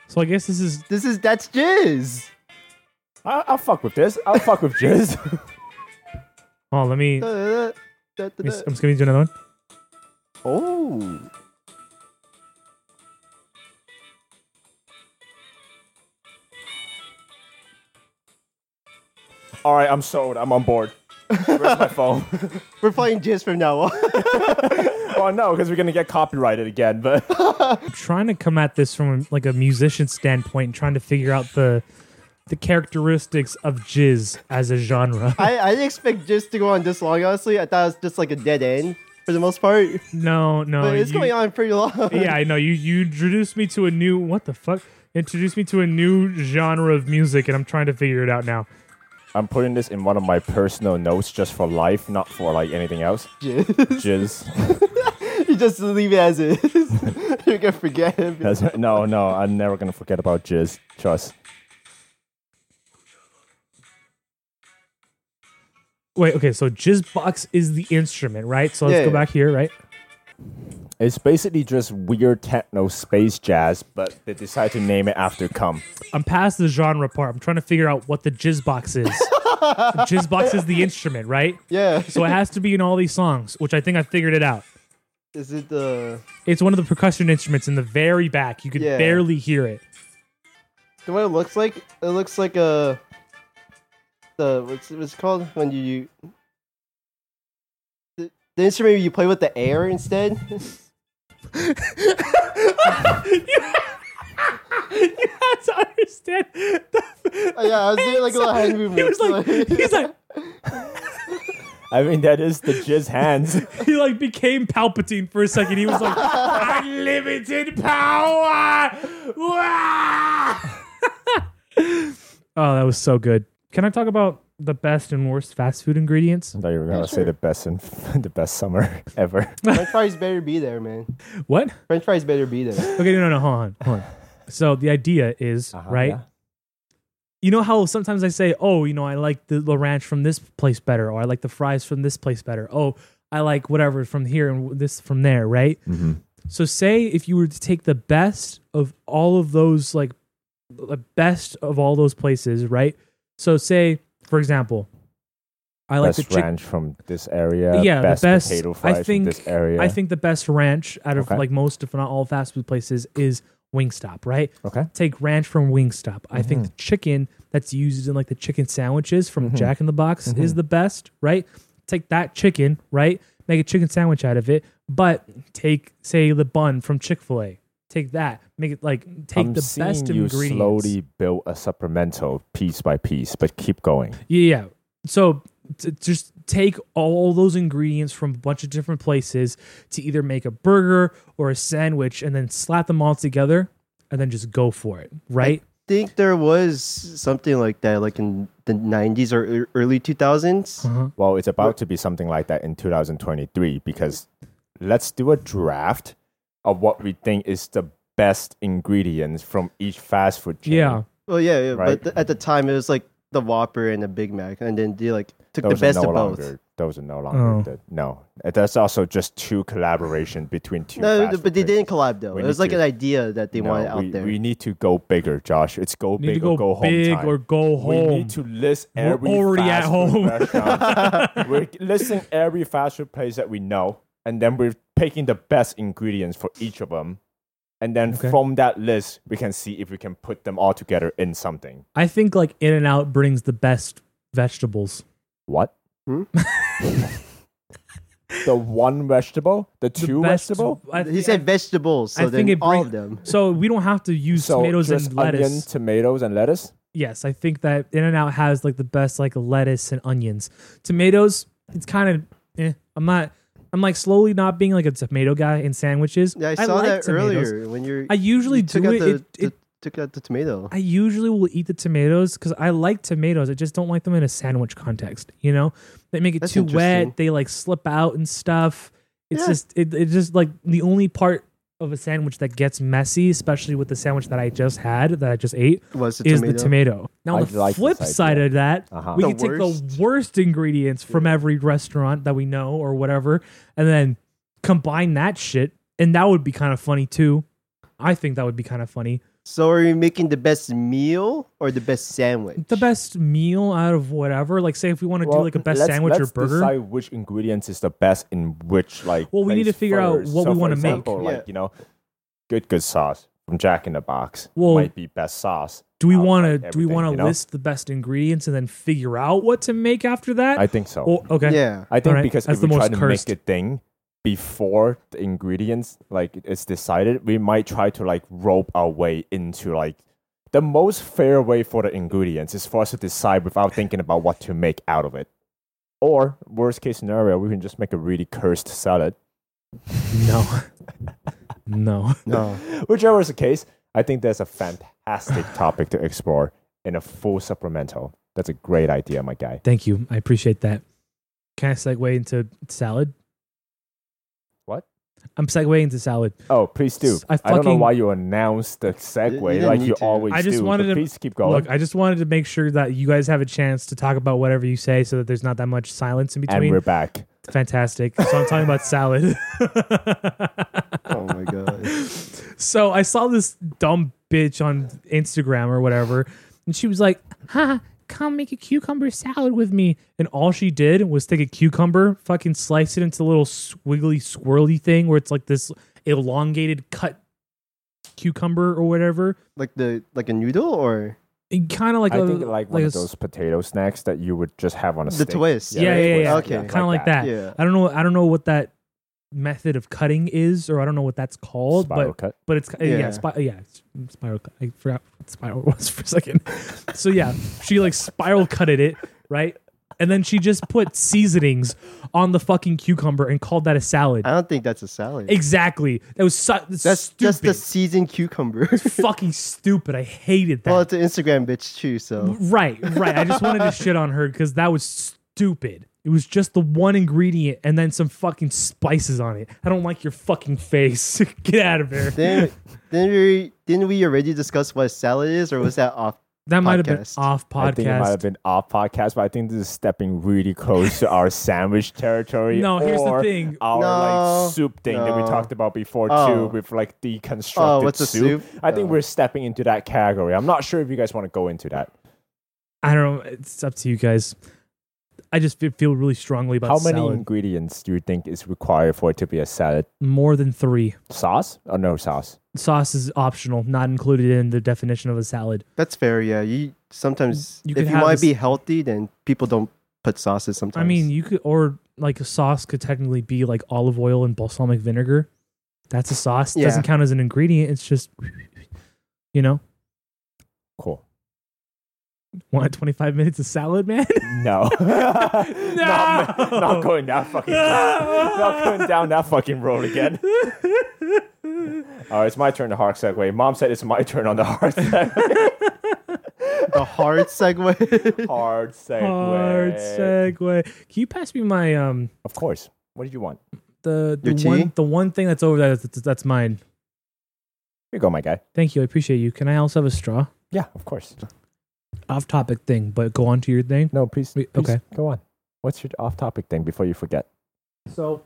[SPEAKER 2] So I guess this is
[SPEAKER 3] this is that's jizz.
[SPEAKER 1] I, I'll fuck with this. I'll fuck with jizz.
[SPEAKER 2] oh let me, let
[SPEAKER 3] Da- da- da-
[SPEAKER 2] me
[SPEAKER 3] da-
[SPEAKER 2] I'm just gonna do another one.
[SPEAKER 3] Oh.
[SPEAKER 1] All right, I'm sold. I'm on board. Where's my phone?
[SPEAKER 3] We're playing jizz from now on.
[SPEAKER 1] oh no, because we're gonna get copyrighted again. But
[SPEAKER 2] I'm trying to come at this from like a musician standpoint and trying to figure out the the characteristics of jizz as a genre.
[SPEAKER 3] I, I didn't expect jizz to go on this long, honestly. I thought it was just like a dead end for the most part.
[SPEAKER 2] no, no.
[SPEAKER 3] But it's
[SPEAKER 2] you-
[SPEAKER 3] going on pretty long.
[SPEAKER 2] yeah, I know. You you introduced me to a new what the fuck? Introduced me to a new genre of music, and I'm trying to figure it out now.
[SPEAKER 1] I'm putting this in one of my personal notes just for life, not for like anything else.
[SPEAKER 3] Jizz.
[SPEAKER 1] Jizz.
[SPEAKER 3] you just leave it as is. You're gonna forget it.
[SPEAKER 1] That's- no, no, I'm never gonna forget about jizz. Trust.
[SPEAKER 2] Wait, okay. So jizzbox is the instrument, right? So let's
[SPEAKER 3] Yeah,
[SPEAKER 2] go
[SPEAKER 3] yeah.
[SPEAKER 2] back here, right?
[SPEAKER 1] It's basically just weird techno space jazz, but they decide to name it after cum.
[SPEAKER 2] I'm past the genre part. I'm trying to figure out what the jizzbox is. jizzbox is the instrument, right?
[SPEAKER 3] Yeah.
[SPEAKER 2] So it has to be in all these songs, which I think I figured it out.
[SPEAKER 3] Is it the
[SPEAKER 2] It's one of the percussion instruments in the very back. You could
[SPEAKER 3] Yeah.
[SPEAKER 2] barely hear it.
[SPEAKER 3] the what it looks like? It looks like a the what's what's it called when you, you the, the instrument you play with the air instead.
[SPEAKER 2] you have to understand. the-
[SPEAKER 3] Oh, yeah, I was doing like a little hand movement.
[SPEAKER 2] He was like, he's like,
[SPEAKER 1] I mean, that is the jizz hands.
[SPEAKER 2] he like became Palpatine for a second. He was like, unlimited power. Wah! oh, that was so good. Can I talk about the best and worst fast food ingredients?
[SPEAKER 1] I thought you were gonna say the best in the best summer ever.
[SPEAKER 3] French fries better be there, man.
[SPEAKER 2] What?
[SPEAKER 3] French fries better be there.
[SPEAKER 2] Okay, no, no, no, hold on, hold on. So the idea is right.
[SPEAKER 1] Uh-huh, yeah.
[SPEAKER 2] You know how sometimes I say, "Oh, you know, I like the, the ranch from this place better," or "I like the fries from this place better." Oh, I like whatever from here and this from there, right?
[SPEAKER 1] Mm-hmm.
[SPEAKER 2] So say if you were to take the best of all of those, like the best of all those places, right? So say, for example, I like
[SPEAKER 1] best
[SPEAKER 2] the chick-
[SPEAKER 1] ranch from this area.
[SPEAKER 2] yeah,
[SPEAKER 1] best,
[SPEAKER 2] the best
[SPEAKER 1] potato fries
[SPEAKER 2] I think
[SPEAKER 1] from this area.
[SPEAKER 2] I think the best ranch out of
[SPEAKER 1] Okay.
[SPEAKER 2] like most, if not all, fast food places is Wingstop, right?
[SPEAKER 1] Okay.
[SPEAKER 2] Take ranch from Wingstop. I
[SPEAKER 1] Mm-hmm.
[SPEAKER 2] think the chicken that's used in like the chicken sandwiches from Jack in the Box
[SPEAKER 1] Mm-hmm.
[SPEAKER 2] is the best, right? Take that chicken, right? Make a chicken sandwich out of it, but take say the bun from Chick Fil A. Take that, make it like take
[SPEAKER 1] I'm
[SPEAKER 2] the
[SPEAKER 1] seeing
[SPEAKER 2] best
[SPEAKER 1] you
[SPEAKER 2] ingredients.
[SPEAKER 1] slowly build a supplemental piece by piece, but keep going.
[SPEAKER 2] Yeah, yeah. So t- just take all those ingredients from a bunch of different places to either make a burger or a sandwich and then slap them all together and then just go for it, right?
[SPEAKER 3] think there was something like that, like in the '90s or ear- early 2000s.
[SPEAKER 1] Well, it's about to be something like that in 2023 because let's do a draft of what we think is the best ingredients from each fast food chain.
[SPEAKER 2] Yeah.
[SPEAKER 3] Well, yeah, yeah
[SPEAKER 1] Right.
[SPEAKER 3] but th- at the time it was like the Whopper and the Big Mac, and then they like took the
[SPEAKER 1] Those
[SPEAKER 3] best
[SPEAKER 1] are no
[SPEAKER 3] of both.
[SPEAKER 1] longer. Those are no longer.
[SPEAKER 2] Oh.
[SPEAKER 1] the- no, that's also just two collaboration between two.
[SPEAKER 3] No,
[SPEAKER 1] fast
[SPEAKER 3] but they
[SPEAKER 1] food
[SPEAKER 3] didn't
[SPEAKER 1] places.
[SPEAKER 3] collab though.
[SPEAKER 1] We
[SPEAKER 3] it was
[SPEAKER 1] need
[SPEAKER 3] like
[SPEAKER 1] to-
[SPEAKER 3] an idea that they
[SPEAKER 1] No,
[SPEAKER 3] wanted out
[SPEAKER 1] we,
[SPEAKER 3] there.
[SPEAKER 1] We need to go bigger, Josh. It's go
[SPEAKER 2] Need
[SPEAKER 1] big
[SPEAKER 2] to go,
[SPEAKER 1] or go home.
[SPEAKER 2] big
[SPEAKER 1] time.
[SPEAKER 2] or go home.
[SPEAKER 1] We need to list
[SPEAKER 2] We're
[SPEAKER 1] every
[SPEAKER 2] already
[SPEAKER 1] fast
[SPEAKER 2] at
[SPEAKER 1] food
[SPEAKER 2] home.
[SPEAKER 1] restaurant. We're listing every fast food place that we know, and then we're picking the best ingredients for each of them. And then
[SPEAKER 2] Okay.
[SPEAKER 1] from that list, we can see if we can put them all together in something.
[SPEAKER 2] I think like In and Out brings the best vegetables.
[SPEAKER 1] What?
[SPEAKER 3] Hmm?
[SPEAKER 1] the one vegetable? The
[SPEAKER 2] The
[SPEAKER 1] two
[SPEAKER 2] best-
[SPEAKER 1] vegetable?
[SPEAKER 2] I
[SPEAKER 3] he
[SPEAKER 2] think-
[SPEAKER 3] said vegetables, so
[SPEAKER 2] I
[SPEAKER 3] then
[SPEAKER 2] think it
[SPEAKER 3] all
[SPEAKER 2] bring-
[SPEAKER 3] of them.
[SPEAKER 2] So we don't have to use
[SPEAKER 1] So
[SPEAKER 2] tomatoes
[SPEAKER 1] just
[SPEAKER 2] and lettuce.
[SPEAKER 1] onion, tomatoes, and lettuce.
[SPEAKER 2] Yes, I think that In and Out has like the best like lettuce and onions. Tomatoes, it's kind of eh, I'm not I'm like slowly not being like a tomato guy in sandwiches.
[SPEAKER 3] Yeah, I saw
[SPEAKER 2] like
[SPEAKER 3] that
[SPEAKER 2] tomatoes.
[SPEAKER 3] earlier when you're.
[SPEAKER 2] I usually
[SPEAKER 3] you took
[SPEAKER 2] do
[SPEAKER 3] out
[SPEAKER 2] it.
[SPEAKER 3] the,
[SPEAKER 2] it,
[SPEAKER 3] the-
[SPEAKER 2] it
[SPEAKER 3] took out the tomato.
[SPEAKER 2] I usually will eat the tomatoes because I like tomatoes. I just don't like them in a sandwich context. You know, they make it
[SPEAKER 3] That's
[SPEAKER 2] too
[SPEAKER 3] interesting.
[SPEAKER 2] wet. They like slip out and stuff. It's
[SPEAKER 3] Yeah.
[SPEAKER 2] just it, it's just like the only part of a sandwich that gets messy, especially with the sandwich that I just had that I just ate,
[SPEAKER 3] was the
[SPEAKER 2] is
[SPEAKER 3] tomato.
[SPEAKER 2] the tomato. Now,
[SPEAKER 1] I
[SPEAKER 2] on the
[SPEAKER 1] like
[SPEAKER 2] flip
[SPEAKER 1] this
[SPEAKER 2] side
[SPEAKER 1] idea.
[SPEAKER 2] of that,
[SPEAKER 1] Uh-huh.
[SPEAKER 2] we
[SPEAKER 3] The
[SPEAKER 2] can take the
[SPEAKER 3] worst.
[SPEAKER 2] worst ingredients from every restaurant that we know or whatever, and then combine that shit, and that would be kind of funny too. I think that would be kind of funny.
[SPEAKER 3] So are you making the best meal or the best sandwich?
[SPEAKER 2] the best meal out of whatever. Like, say if we want to do like a best
[SPEAKER 1] let's-
[SPEAKER 2] sandwich
[SPEAKER 1] let's
[SPEAKER 2] or burger.
[SPEAKER 1] Decide which ingredients is the best in which like.
[SPEAKER 2] Well, we need
[SPEAKER 1] place
[SPEAKER 2] to figure out
[SPEAKER 1] first.
[SPEAKER 2] what
[SPEAKER 1] So
[SPEAKER 2] we
[SPEAKER 1] for
[SPEAKER 2] wanna make.
[SPEAKER 1] example, Like
[SPEAKER 3] Yeah.
[SPEAKER 1] you know, good good sauce from Jack in the Box
[SPEAKER 2] Well,
[SPEAKER 1] might be best sauce.
[SPEAKER 2] do we
[SPEAKER 1] out of,
[SPEAKER 2] want
[SPEAKER 1] like,
[SPEAKER 2] to do we
[SPEAKER 1] everything,
[SPEAKER 2] want to
[SPEAKER 1] you know?
[SPEAKER 2] list the best ingredients and then figure out what to make after that?
[SPEAKER 1] I think so.
[SPEAKER 2] Or- okay.
[SPEAKER 3] Yeah.
[SPEAKER 1] I think
[SPEAKER 2] Alright,
[SPEAKER 1] because
[SPEAKER 2] that's
[SPEAKER 1] if
[SPEAKER 2] the
[SPEAKER 1] we try
[SPEAKER 2] most
[SPEAKER 1] to
[SPEAKER 2] cursed.
[SPEAKER 1] make a thing before the ingredients like it's decided, we might try to like rope our way into like the most fair way for the ingredients is for us to decide without thinking about what to make out of it. Or worst case scenario, we can just make a really cursed salad.
[SPEAKER 2] No. no.
[SPEAKER 3] No.
[SPEAKER 1] Whichever is the case, I think that's a fantastic topic to explore in a full supplemental. That's a great idea, my guy.
[SPEAKER 2] Thank you. I appreciate that. Can I segue into salad?
[SPEAKER 1] What?
[SPEAKER 2] I'm segueing into salad.
[SPEAKER 1] Oh, please do.
[SPEAKER 2] I
[SPEAKER 1] I, don't know
[SPEAKER 2] fucking-
[SPEAKER 1] why you announced the segue
[SPEAKER 3] didn't
[SPEAKER 1] like
[SPEAKER 3] need
[SPEAKER 1] you
[SPEAKER 3] to.
[SPEAKER 1] always
[SPEAKER 2] I just
[SPEAKER 1] do.
[SPEAKER 2] wanted
[SPEAKER 1] but
[SPEAKER 2] to-
[SPEAKER 1] please keep going.
[SPEAKER 2] Look, I just wanted to make sure that you guys have a chance to talk about whatever you say, so that there's not that much silence in
[SPEAKER 1] and
[SPEAKER 2] between.
[SPEAKER 1] we're back.
[SPEAKER 2] Fantastic. So I'm talking about salad.
[SPEAKER 3] Oh my god.
[SPEAKER 2] So I saw this dumb bitch on Instagram or whatever, and she was like, "Ha, come make a cucumber salad with me." And all she did was take a cucumber, fucking slice it into a little squiggly, swirly thing where it's like this elongated cut cucumber or whatever,
[SPEAKER 3] Like the like a noodle or
[SPEAKER 2] kind of like
[SPEAKER 1] I
[SPEAKER 2] a,
[SPEAKER 1] think like one
[SPEAKER 2] a
[SPEAKER 1] of those potato snacks that you would just have on a
[SPEAKER 3] the
[SPEAKER 1] steak.
[SPEAKER 3] twist.
[SPEAKER 2] Yeah, yeah, yeah.
[SPEAKER 1] twist,
[SPEAKER 3] yeah. Okay.
[SPEAKER 2] kind of like that.
[SPEAKER 3] Yeah.
[SPEAKER 2] I don't know. I don't know what that method of cutting is, or I don't know what that's called, but
[SPEAKER 1] Spiral cut.
[SPEAKER 2] but it's yeah, yeah,
[SPEAKER 3] Yeah.
[SPEAKER 2] spi- yeah it's mm, spiral. Cut. I forgot what spiral was for a second. so yeah, she like spiral cutted it right, and then she just put seasonings on the fucking cucumber and called that a salad.
[SPEAKER 3] I don't think that's a salad.
[SPEAKER 2] Exactly. That was su- that's,
[SPEAKER 3] Uh, that's
[SPEAKER 2] stupid.
[SPEAKER 3] just the seasoned cucumber.
[SPEAKER 2] fucking stupid. I hated that.
[SPEAKER 3] well, it's an Instagram bitch too, so
[SPEAKER 2] Right, right. I just wanted to shit on her because that was stupid. It was just the one ingredient and then some fucking spices on it. I don't like your fucking face. Get out of here.
[SPEAKER 3] then then we didn't we already discuss what a salad is or was that off
[SPEAKER 2] That might have been
[SPEAKER 3] Podcast.
[SPEAKER 2] off
[SPEAKER 1] I think it might have
[SPEAKER 2] podcast.
[SPEAKER 1] been off podcast, but I think this is stepping really close to our sandwich territory.
[SPEAKER 2] No, here's the
[SPEAKER 1] or
[SPEAKER 2] thing.
[SPEAKER 1] Our
[SPEAKER 3] No,
[SPEAKER 1] like soup thing that we
[SPEAKER 3] no.
[SPEAKER 1] talked about before
[SPEAKER 3] Oh.
[SPEAKER 1] too, with like deconstructed
[SPEAKER 3] Oh, what's a
[SPEAKER 1] soup.
[SPEAKER 3] soup?
[SPEAKER 1] I think
[SPEAKER 3] Oh.
[SPEAKER 1] we're stepping into that category. I'm not sure if you guys want to go into that.
[SPEAKER 2] I don't know. It's up to you guys. I just fe- feel really strongly about
[SPEAKER 1] How many
[SPEAKER 2] salad.
[SPEAKER 1] ingredients do you think is required for it to be a salad?
[SPEAKER 2] More than three.
[SPEAKER 1] Sauce or no sauce?
[SPEAKER 2] Sauce is optional, not included in the definition of a salad.
[SPEAKER 3] That's fair, yeah. You sometimes
[SPEAKER 2] You could
[SPEAKER 3] if you
[SPEAKER 2] have
[SPEAKER 3] want
[SPEAKER 2] this-
[SPEAKER 3] to be healthy then people don't put sauces sometimes.
[SPEAKER 2] I mean, you could, or like a sauce could technically be like olive oil and balsamic vinegar. That's a sauce.
[SPEAKER 3] Yeah.
[SPEAKER 2] Doesn't count as an ingredient. It's just, you know,
[SPEAKER 1] Cool.
[SPEAKER 2] want 25 minutes of salad, man?
[SPEAKER 1] No. no. Not, not going that fucking road. Not going down that fucking road again. All right, it's my turn to hard segue. Mom said it's my turn on the hard segue.
[SPEAKER 3] the hard segue.
[SPEAKER 1] hard segue.
[SPEAKER 2] Hard segue. Can you pass me my um
[SPEAKER 1] Of course. What did you want?
[SPEAKER 2] the the
[SPEAKER 3] Your tea?
[SPEAKER 2] one the one thing that's over there that's, that's mine.
[SPEAKER 1] Here you go, my guy.
[SPEAKER 2] Thank you. I appreciate you. Can I also have a straw?
[SPEAKER 1] Yeah, of course.
[SPEAKER 2] off topic thing, but go on to your thing.
[SPEAKER 1] No, please.
[SPEAKER 2] Wait,
[SPEAKER 1] please,
[SPEAKER 2] okay.
[SPEAKER 1] Go on. What's your off topic thing before you forget?
[SPEAKER 2] So,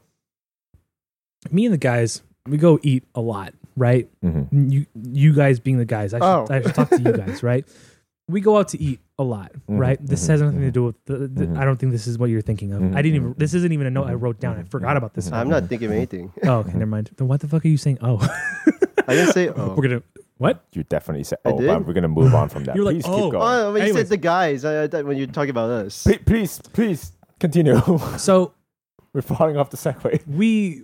[SPEAKER 2] me and the guys, we go eat a lot, right?
[SPEAKER 1] Mhm.
[SPEAKER 2] You, you guys being the guys, I should,
[SPEAKER 3] Oh.
[SPEAKER 2] I should talk to you guys, right? We go out to eat a lot,
[SPEAKER 1] Mhm,
[SPEAKER 2] right? This
[SPEAKER 1] mhm,
[SPEAKER 2] has nothing to
[SPEAKER 1] mhm.
[SPEAKER 2] do with. The, the,
[SPEAKER 1] Mhm.
[SPEAKER 2] I don't think this is what you're thinking of.
[SPEAKER 1] Mhm,
[SPEAKER 2] I didn't even.
[SPEAKER 1] mhm,
[SPEAKER 2] This isn't even a note I
[SPEAKER 1] mhm,
[SPEAKER 2] wrote down. I
[SPEAKER 1] mhm,
[SPEAKER 2] forgot about this.
[SPEAKER 1] mhm.
[SPEAKER 3] I'm not thinking of anything.
[SPEAKER 2] Oh, okay, never mind. Then what the fuck are you saying? Oh,
[SPEAKER 3] I didn't say. Oh,
[SPEAKER 2] we're gonna what?
[SPEAKER 1] You definitely said.
[SPEAKER 3] I
[SPEAKER 1] Oh,
[SPEAKER 3] did?
[SPEAKER 1] wow, we're gonna move on from that.
[SPEAKER 2] You're like,
[SPEAKER 1] please
[SPEAKER 2] oh.
[SPEAKER 1] keep going.
[SPEAKER 3] oh but you
[SPEAKER 2] Anyways.
[SPEAKER 3] said the guys. I, I, thought when you're talking about us.
[SPEAKER 1] P- please, please continue.
[SPEAKER 2] So
[SPEAKER 1] we're falling off the segue.
[SPEAKER 2] we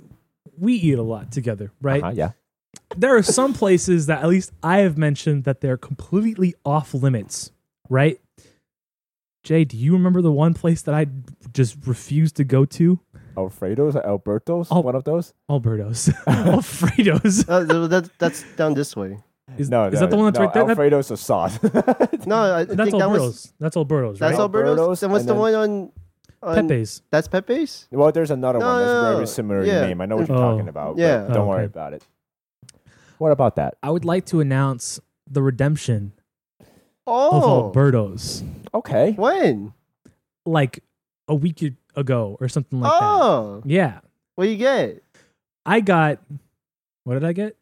[SPEAKER 2] we eat a lot together, right?
[SPEAKER 1] Uh-huh, yeah.
[SPEAKER 2] There are some places that at least I have mentioned that they're completely off limits, right? Jay, do you remember the one place that I just refused to go to?
[SPEAKER 1] Alfredo's, or Alberto's,
[SPEAKER 2] Oh.
[SPEAKER 1] one of those.
[SPEAKER 2] Alberto's, Alfredo's.
[SPEAKER 3] Oh, th- that, that's down this way.
[SPEAKER 2] Is,
[SPEAKER 1] No,
[SPEAKER 2] is
[SPEAKER 1] no,
[SPEAKER 2] that the one that's
[SPEAKER 1] no,
[SPEAKER 2] right there? That-
[SPEAKER 1] Alfredo's a sauce.
[SPEAKER 3] No, I I
[SPEAKER 2] that's
[SPEAKER 3] think that was
[SPEAKER 2] Alberto's. that's Alberto's,
[SPEAKER 3] that's
[SPEAKER 2] right?
[SPEAKER 1] all-
[SPEAKER 3] Alberto's.
[SPEAKER 1] Alberto's,
[SPEAKER 3] Then what's
[SPEAKER 1] and
[SPEAKER 3] the
[SPEAKER 1] then-
[SPEAKER 3] one on, on
[SPEAKER 2] Pepe's.
[SPEAKER 3] That's Pepe's.
[SPEAKER 1] well, there's another
[SPEAKER 3] No,
[SPEAKER 1] one that's
[SPEAKER 3] no,
[SPEAKER 1] very
[SPEAKER 3] no.
[SPEAKER 1] similar
[SPEAKER 3] Yeah.
[SPEAKER 1] in name. I know what you're
[SPEAKER 2] Oh.
[SPEAKER 1] talking about. but
[SPEAKER 3] Yeah.
[SPEAKER 1] don't
[SPEAKER 2] Oh,
[SPEAKER 1] worry
[SPEAKER 2] okay.
[SPEAKER 1] about it. What about that?
[SPEAKER 2] I would like to announce the redemption of
[SPEAKER 3] Oh,
[SPEAKER 2] Alberto's,
[SPEAKER 1] Okay.
[SPEAKER 3] when?
[SPEAKER 2] like a week ago or something like
[SPEAKER 3] oh,
[SPEAKER 2] that. Yeah,
[SPEAKER 3] what do you get?
[SPEAKER 2] I got. What did I get?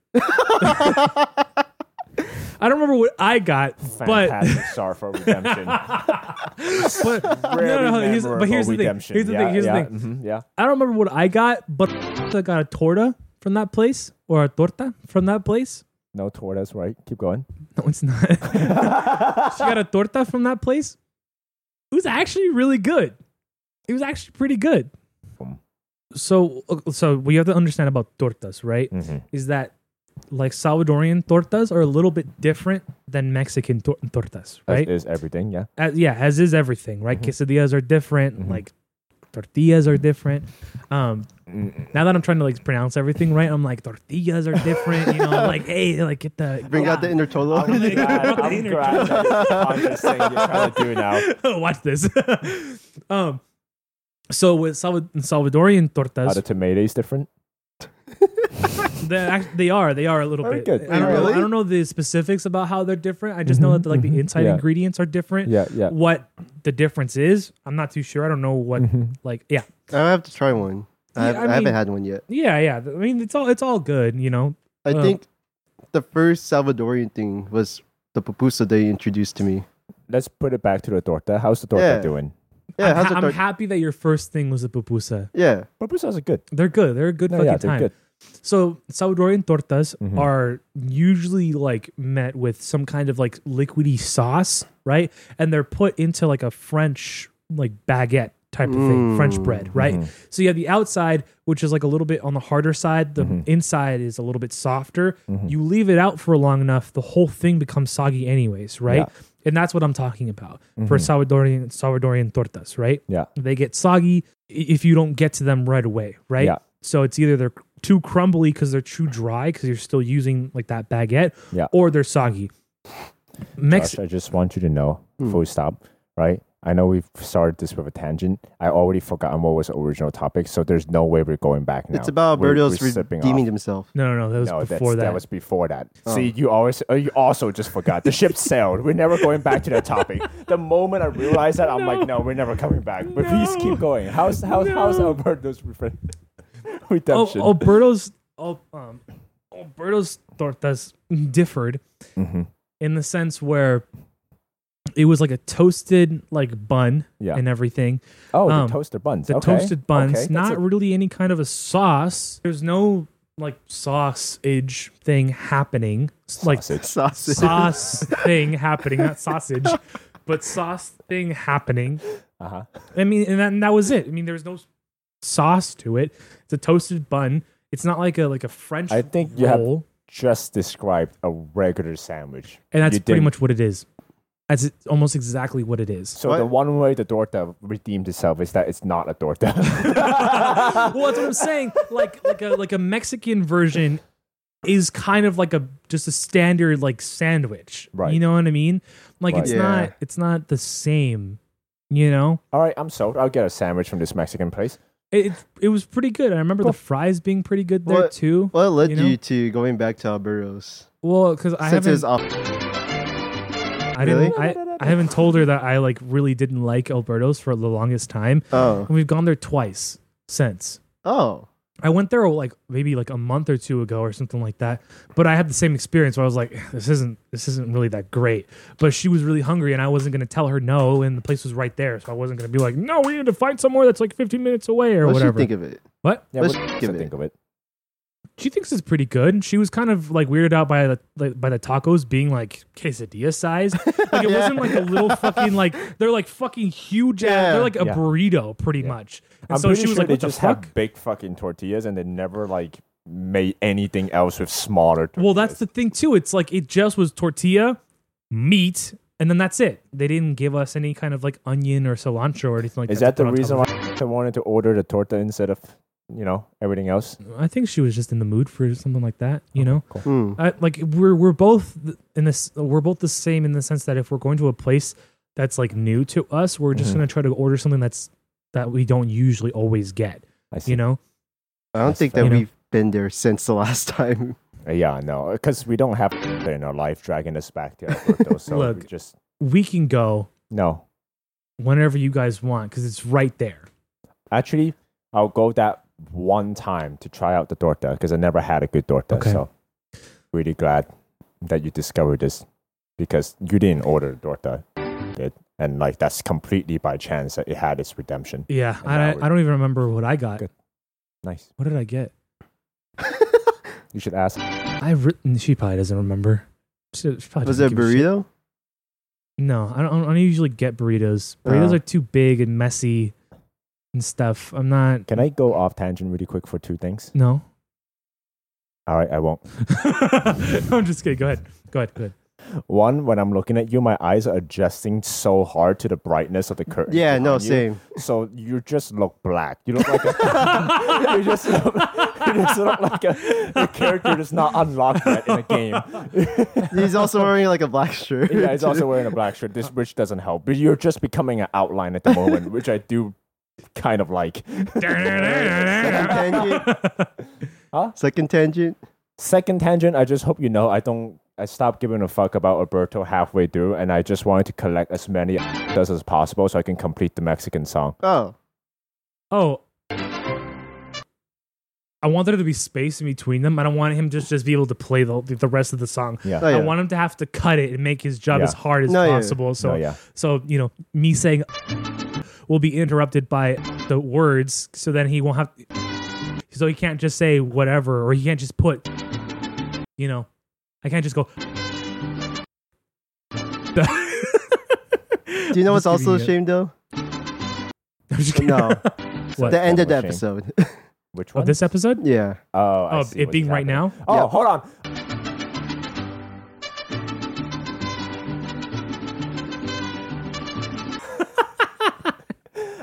[SPEAKER 2] I don't remember what I got, but
[SPEAKER 1] Fantastic star for redemption.
[SPEAKER 2] but no, no, no, here's, but here's the thing. Here's the thing. Here's the thing.
[SPEAKER 1] hmm yeah.
[SPEAKER 2] I don't remember what I got, but I got a torta from that place or a torta from that place.
[SPEAKER 1] No, Torres, right? Keep going.
[SPEAKER 2] No, it's not. she got a torta from that place. It was actually really good. It was actually pretty good.
[SPEAKER 1] Mm.
[SPEAKER 2] So, uh, so we have to understand about tortas, right?
[SPEAKER 1] Mhm.
[SPEAKER 2] Is that like Salvadorian tortas are a little bit different than Mexican tor- tortas,
[SPEAKER 1] As
[SPEAKER 2] right?
[SPEAKER 1] is Mm-hmm. everything, yeah.
[SPEAKER 2] as, yeah, as is everything, right? Quesadillas are different,
[SPEAKER 1] Mm-hmm.
[SPEAKER 2] like tortillas are different. Um, now that I'm trying to like pronounce everything right, I'm like tortillas are different. You know, I'm like hey, like get the
[SPEAKER 3] Bring out the intertolo.
[SPEAKER 1] glad,
[SPEAKER 2] I'm
[SPEAKER 1] I'm glad this thing you're trying to do now.
[SPEAKER 2] watch this. um, so with Salvad- Salvadorian
[SPEAKER 1] Are the
[SPEAKER 2] tortas,
[SPEAKER 1] tomatoes different?
[SPEAKER 2] they act- they are they are a little
[SPEAKER 1] Very
[SPEAKER 2] bit.
[SPEAKER 1] good. Mm-hmm,
[SPEAKER 2] I don't, know,
[SPEAKER 3] Really?
[SPEAKER 2] I don't know the specifics about how they're different. I just know that like the inside
[SPEAKER 1] Yeah.
[SPEAKER 2] ingredients are different.
[SPEAKER 1] Yeah, yeah.
[SPEAKER 2] What the difference is, I'm not too sure. I don't know what
[SPEAKER 1] Mm-hmm.
[SPEAKER 2] like yeah.
[SPEAKER 3] I have to try one. I,
[SPEAKER 2] Yeah,
[SPEAKER 3] have,
[SPEAKER 2] I
[SPEAKER 3] I, haven't
[SPEAKER 2] mean-
[SPEAKER 3] had one yet.
[SPEAKER 2] Yeah, yeah. I mean, it's all it's all good, you know.
[SPEAKER 3] I
[SPEAKER 2] Uh.
[SPEAKER 3] think the first Salvadorian thing was the pupusa they introduced to me.
[SPEAKER 1] Let's put it back to the torta. How's the torta
[SPEAKER 3] Yeah.
[SPEAKER 1] doing?
[SPEAKER 3] Yeah,
[SPEAKER 2] I'm,
[SPEAKER 3] how's
[SPEAKER 2] ha-
[SPEAKER 3] the
[SPEAKER 2] I'm
[SPEAKER 3] tor-
[SPEAKER 2] happy that your first thing was a pupusa.
[SPEAKER 3] yeah.
[SPEAKER 1] Pupusas are good.
[SPEAKER 2] They're good. They're a good
[SPEAKER 1] No,
[SPEAKER 2] fucking
[SPEAKER 1] yeah, they're
[SPEAKER 2] time.
[SPEAKER 1] good.
[SPEAKER 2] So Salvadorian tortas
[SPEAKER 1] Mhm.
[SPEAKER 2] are usually like met with some kind of like liquidy sauce, right? And they're put into like a French like baguette type of thing, French bread, right? So you have the outside, which is like a little bit on the harder side. The inside is a little bit softer. You leave it out for long enough, the whole thing becomes soggy anyways, right? And that's what I'm talking about for Salvadorian Salvadorian tortas, right?
[SPEAKER 1] Yeah.
[SPEAKER 2] They get soggy i- if you don't get to them right away, right?
[SPEAKER 1] Yeah.
[SPEAKER 2] So it's either they're too crumbly because they're too dry because you're still using like that baguette,
[SPEAKER 1] Yeah.
[SPEAKER 2] or they're soggy. Mex-
[SPEAKER 1] Josh, I just want you to know, full
[SPEAKER 2] Hmm.
[SPEAKER 1] stop, right? I know we've started this with a tangent. I already forgotten what was the original topic, so there's no way we're going back now.
[SPEAKER 3] It's about
[SPEAKER 1] We're-
[SPEAKER 3] Alberto's
[SPEAKER 1] we're slipping
[SPEAKER 3] redeeming
[SPEAKER 1] off.
[SPEAKER 3] himself.
[SPEAKER 2] no, no, no, that was
[SPEAKER 1] No,
[SPEAKER 2] before
[SPEAKER 1] that's,
[SPEAKER 2] that. Oh.
[SPEAKER 1] that was before that. See, you always, uh, you also just forgot. The ship sailed. We're never going back to that topic. The moment I realized that, I'm like, no, we're never coming back. But please
[SPEAKER 2] No.
[SPEAKER 1] keep going. How's how's how's
[SPEAKER 2] No.
[SPEAKER 1] Alberto's refre-
[SPEAKER 2] Al-
[SPEAKER 1] redemption?
[SPEAKER 2] Oh, Alberto's Al- um, Alberto's tortas differed
[SPEAKER 1] Mm-hmm.
[SPEAKER 2] in the sense where it was like a toasted like bun
[SPEAKER 1] Yeah.
[SPEAKER 2] and everything.
[SPEAKER 1] Oh,
[SPEAKER 2] um,
[SPEAKER 1] the toaster buns.
[SPEAKER 2] The
[SPEAKER 1] Okay.
[SPEAKER 2] toasted buns,
[SPEAKER 1] Okay, that's
[SPEAKER 2] not
[SPEAKER 1] a-
[SPEAKER 2] really any kind of a sauce. There's no like sausage thing happening. S- Like
[SPEAKER 1] Sausage.
[SPEAKER 3] Sausage.
[SPEAKER 2] sauce thing happening, not sausage, but sauce thing happening.
[SPEAKER 1] Uh-huh.
[SPEAKER 2] I mean, and that, and that was it. I mean, there was no sauce to it. It's a toasted bun. It's not like a like a French
[SPEAKER 1] I think you have
[SPEAKER 2] roll,
[SPEAKER 1] just described a regular sandwich,
[SPEAKER 2] and that's
[SPEAKER 1] You
[SPEAKER 2] pretty
[SPEAKER 1] didn't-
[SPEAKER 2] much what it is. That's it- almost exactly what it is.
[SPEAKER 1] So
[SPEAKER 3] What?
[SPEAKER 1] the one way the torta redeemed itself is that it's not a torta.
[SPEAKER 2] Well, that's what I'm saying. Like like a like a Mexican version is kind of like a just a standard like sandwich.
[SPEAKER 1] Right.
[SPEAKER 2] You know what I mean? Like
[SPEAKER 1] Right.
[SPEAKER 2] it's
[SPEAKER 3] Yeah.
[SPEAKER 2] not it's not the same. You know.
[SPEAKER 1] All right, I'm sold. I'll get a sandwich from this Mexican place.
[SPEAKER 2] It, it, it was pretty good. I remember the fries being pretty good there
[SPEAKER 3] What-
[SPEAKER 2] too.
[SPEAKER 3] What led
[SPEAKER 2] You
[SPEAKER 3] you,
[SPEAKER 2] know?
[SPEAKER 3] to going back to Alberto's?
[SPEAKER 2] Well, because I
[SPEAKER 3] Since it
[SPEAKER 2] haven't,
[SPEAKER 3] was off.
[SPEAKER 2] I didn't,
[SPEAKER 3] Really?
[SPEAKER 2] I, I haven't told her that I like really didn't like Alberto's for the longest time.
[SPEAKER 3] Oh.
[SPEAKER 2] And we've gone there twice since.
[SPEAKER 3] Oh.
[SPEAKER 2] I went there like maybe like a month or two ago or something like that. But I had the same experience where I was like, this isn't this isn't really that great. But she was really hungry and I wasn't gonna tell her no, and the place was right there, so I wasn't gonna be like, no, we need to find somewhere that's like 15 minutes away or
[SPEAKER 3] What should you
[SPEAKER 2] whatever.
[SPEAKER 3] think of it?
[SPEAKER 2] what?
[SPEAKER 1] Yeah,
[SPEAKER 3] Let's
[SPEAKER 1] what do you
[SPEAKER 3] give it.
[SPEAKER 1] think of it.
[SPEAKER 2] She thinks it's pretty good. And she was kind of like weirded out by the like, by the tacos being like quesadilla size. Like it
[SPEAKER 3] Yeah.
[SPEAKER 2] wasn't like a little fucking like they're like fucking huge. ass
[SPEAKER 3] Yeah.
[SPEAKER 2] They're like a
[SPEAKER 1] Yeah.
[SPEAKER 2] burrito pretty much. And
[SPEAKER 1] I'm
[SPEAKER 2] so
[SPEAKER 1] pretty
[SPEAKER 2] she was
[SPEAKER 1] sure
[SPEAKER 2] like,
[SPEAKER 1] they
[SPEAKER 2] what the
[SPEAKER 1] just
[SPEAKER 2] fuck?
[SPEAKER 1] have big fucking tortillas and they never like made anything else with smaller. Tortillas.
[SPEAKER 2] Well, that's the thing too. It's like it just was tortilla, meat, and then that's it. They didn't give us any kind of like onion or cilantro or anything like
[SPEAKER 1] Is
[SPEAKER 2] that.
[SPEAKER 1] that
[SPEAKER 2] to
[SPEAKER 1] the
[SPEAKER 2] put
[SPEAKER 1] reason
[SPEAKER 2] on top
[SPEAKER 1] why I wanted to order the torta instead of you know everything else?
[SPEAKER 2] of it. I think she was just in the mood for something like that.
[SPEAKER 1] Oh.
[SPEAKER 2] You know,
[SPEAKER 3] Hmm.
[SPEAKER 2] I, like we're we're both th- in this. We're both the same in the sense that if we're going to a place that's like new to us, we're just
[SPEAKER 1] Mhm.
[SPEAKER 2] gonna try to order something that's that we don't usually always get.
[SPEAKER 1] I see.
[SPEAKER 2] You know,
[SPEAKER 3] I don't
[SPEAKER 1] That's
[SPEAKER 3] think
[SPEAKER 1] fair.
[SPEAKER 3] that
[SPEAKER 2] You know.
[SPEAKER 3] we've been there since the last time.
[SPEAKER 1] Uh, Yeah, no, because we don't have in our life dragging us back to Alberto, so we
[SPEAKER 2] Look.
[SPEAKER 1] just
[SPEAKER 2] we can go
[SPEAKER 1] no.
[SPEAKER 2] whenever you guys want because it's right there.
[SPEAKER 1] Actually, I'll go that one time to try out the torta because I never had a good torta.
[SPEAKER 2] Okay.
[SPEAKER 1] So really glad that you discovered this because you didn't order the torta, did? And like that's completely by chance that it had its redemption.
[SPEAKER 2] Yeah,
[SPEAKER 1] And
[SPEAKER 2] I,
[SPEAKER 1] now we're-
[SPEAKER 2] I don't even remember what I got.
[SPEAKER 1] Good. Nice.
[SPEAKER 2] What did I get?
[SPEAKER 1] You should ask.
[SPEAKER 2] I've written. She probably doesn't remember. She, she probably
[SPEAKER 3] Was it
[SPEAKER 2] doesn't
[SPEAKER 3] a
[SPEAKER 2] give shit.
[SPEAKER 3] burrito?
[SPEAKER 2] No, I don't. I don't usually get burritos. Burritos
[SPEAKER 3] Oh.
[SPEAKER 2] are too big and messy and stuff. I'm not.
[SPEAKER 1] Can I go off tangent really quick for two things?
[SPEAKER 2] No.
[SPEAKER 1] All right, I won't.
[SPEAKER 2] I'm just kidding. Go ahead. Go ahead. Go ahead.
[SPEAKER 1] One, when I'm looking at you, my eyes are adjusting so hard to the brightness of the curtain.
[SPEAKER 3] Yeah, no,
[SPEAKER 1] behind you.
[SPEAKER 3] same.
[SPEAKER 1] So you just look black. You look like a, you just look, you just look like a, a character that's not unlocked yet in a game.
[SPEAKER 3] He's also wearing like a black shirt.
[SPEAKER 1] Yeah, he's also wearing a black shirt, this which doesn't help. But you're just becoming an outline at the moment, which I do kind of like.
[SPEAKER 3] Second tangent.
[SPEAKER 1] Huh?
[SPEAKER 3] Second tangent.
[SPEAKER 1] Second tangent, I just hope you know I don't I stopped giving a fuck about Alberto halfway through and I just wanted to collect as many does as possible so I can complete the Mexican song.
[SPEAKER 3] Oh.
[SPEAKER 2] Oh. I want there to be space in between them. I don't want him just just be able to play the the rest of the song.
[SPEAKER 1] Yeah.
[SPEAKER 3] Oh, yeah.
[SPEAKER 2] I want him to have to cut it and make his job
[SPEAKER 1] Yeah.
[SPEAKER 2] as hard as
[SPEAKER 3] No, yeah, yeah.
[SPEAKER 2] possible. So
[SPEAKER 1] No, yeah.
[SPEAKER 2] So, you know, me saying will be interrupted by the words, so then he won't have so he can't just say whatever or he can't just put you know, I can't just go
[SPEAKER 3] Do you know what's
[SPEAKER 2] Just giving
[SPEAKER 3] also a
[SPEAKER 2] you-
[SPEAKER 3] shame though?
[SPEAKER 2] I'm just kidding.
[SPEAKER 3] No.
[SPEAKER 2] What?
[SPEAKER 3] The end of the
[SPEAKER 1] Shame.
[SPEAKER 3] episode.
[SPEAKER 1] Which
[SPEAKER 2] Of
[SPEAKER 1] one?
[SPEAKER 2] this episode?
[SPEAKER 3] yeah.
[SPEAKER 1] oh, I
[SPEAKER 2] Oh,
[SPEAKER 1] see
[SPEAKER 2] it
[SPEAKER 1] what's
[SPEAKER 2] being right
[SPEAKER 1] happening.
[SPEAKER 2] now?
[SPEAKER 1] Oh,
[SPEAKER 3] Yeah.
[SPEAKER 1] hold on.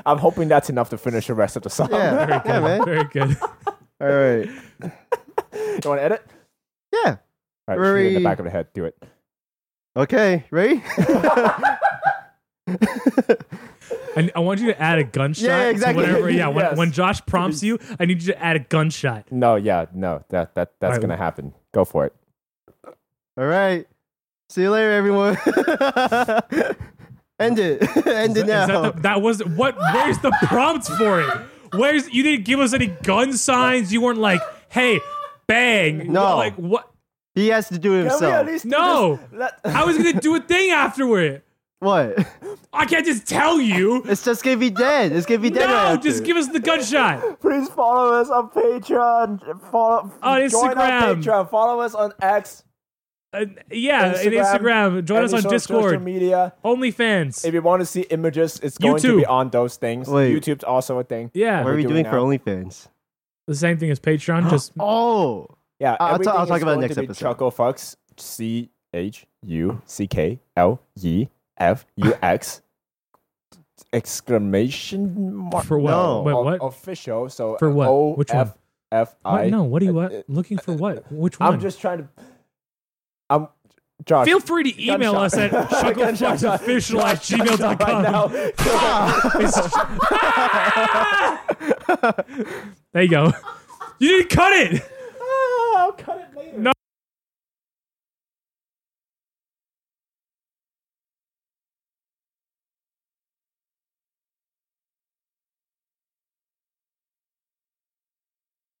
[SPEAKER 1] I'm hoping that's enough to finish the rest of the song.
[SPEAKER 3] Yeah. yeah, man.
[SPEAKER 2] Very good.
[SPEAKER 3] All right.
[SPEAKER 1] you want to edit?
[SPEAKER 3] Yeah.
[SPEAKER 1] All right, shoot it in the
[SPEAKER 3] Very-
[SPEAKER 1] back of the head. Do it.
[SPEAKER 3] Okay. Ready?
[SPEAKER 2] And I want you to add a gunshot.
[SPEAKER 3] Yeah,
[SPEAKER 2] to
[SPEAKER 3] exactly.
[SPEAKER 2] whenever- yeah, when,
[SPEAKER 1] Yes.
[SPEAKER 2] when Josh prompts you, I need you to add a gunshot.
[SPEAKER 1] No, yeah, no, that that that's
[SPEAKER 2] Alright.
[SPEAKER 1] gonna happen. Go for it.
[SPEAKER 3] All right. See you later, everyone. End it. End
[SPEAKER 2] Is
[SPEAKER 3] it
[SPEAKER 2] that- is that,
[SPEAKER 3] now.
[SPEAKER 2] the- that was what? Where's the prompt for it? Where's you didn't give us any gun signs? You weren't like, hey, bang.
[SPEAKER 3] No.
[SPEAKER 2] like what?
[SPEAKER 3] he has to do it himself.
[SPEAKER 2] No, I was gonna do a thing afterward.
[SPEAKER 3] What?
[SPEAKER 2] I can't just tell you.
[SPEAKER 3] It's just gonna be dead. It's gonna be dead. right
[SPEAKER 2] No,
[SPEAKER 3] after.
[SPEAKER 2] just give us the gunshot.
[SPEAKER 1] Please follow us on Patreon. Follow
[SPEAKER 2] On join our Instagram. Patreon,
[SPEAKER 1] Follow us on X.
[SPEAKER 2] Uh, yeah, in Instagram. Join us on Discord.
[SPEAKER 1] media.
[SPEAKER 2] OnlyFans.
[SPEAKER 1] If you want to see images, it's going to
[SPEAKER 2] YouTube.
[SPEAKER 1] be on those things.
[SPEAKER 3] Wait.
[SPEAKER 1] YouTube's also a thing.
[SPEAKER 2] Yeah,
[SPEAKER 3] What are we
[SPEAKER 1] doing
[SPEAKER 3] doing for
[SPEAKER 1] now.
[SPEAKER 3] OnlyFans?
[SPEAKER 2] the same thing as Patreon. Just
[SPEAKER 3] Oh,
[SPEAKER 1] Yeah,
[SPEAKER 3] I'll- I'll
[SPEAKER 1] everything
[SPEAKER 3] talk
[SPEAKER 1] is
[SPEAKER 3] about it
[SPEAKER 1] going
[SPEAKER 3] next
[SPEAKER 1] to be
[SPEAKER 3] episode.
[SPEAKER 1] Chuckle Fox. C H U C K L E F U X exclamation mark.
[SPEAKER 2] for what?
[SPEAKER 3] No.
[SPEAKER 2] Wait,
[SPEAKER 1] O-
[SPEAKER 2] what?
[SPEAKER 1] Official. So
[SPEAKER 2] For what?
[SPEAKER 1] O
[SPEAKER 2] Which one?
[SPEAKER 1] F F I.
[SPEAKER 2] what? No. What are you
[SPEAKER 1] uh,
[SPEAKER 2] what? Looking for what? Which one?
[SPEAKER 1] I'm just trying to. I'm Josh.
[SPEAKER 2] Feel free to email us at chucklefucksofficial at
[SPEAKER 1] Josh, right
[SPEAKER 2] gmail.com.
[SPEAKER 1] now.
[SPEAKER 3] Ah.
[SPEAKER 2] There you go. You didn't cut it.
[SPEAKER 1] I'll cut it later.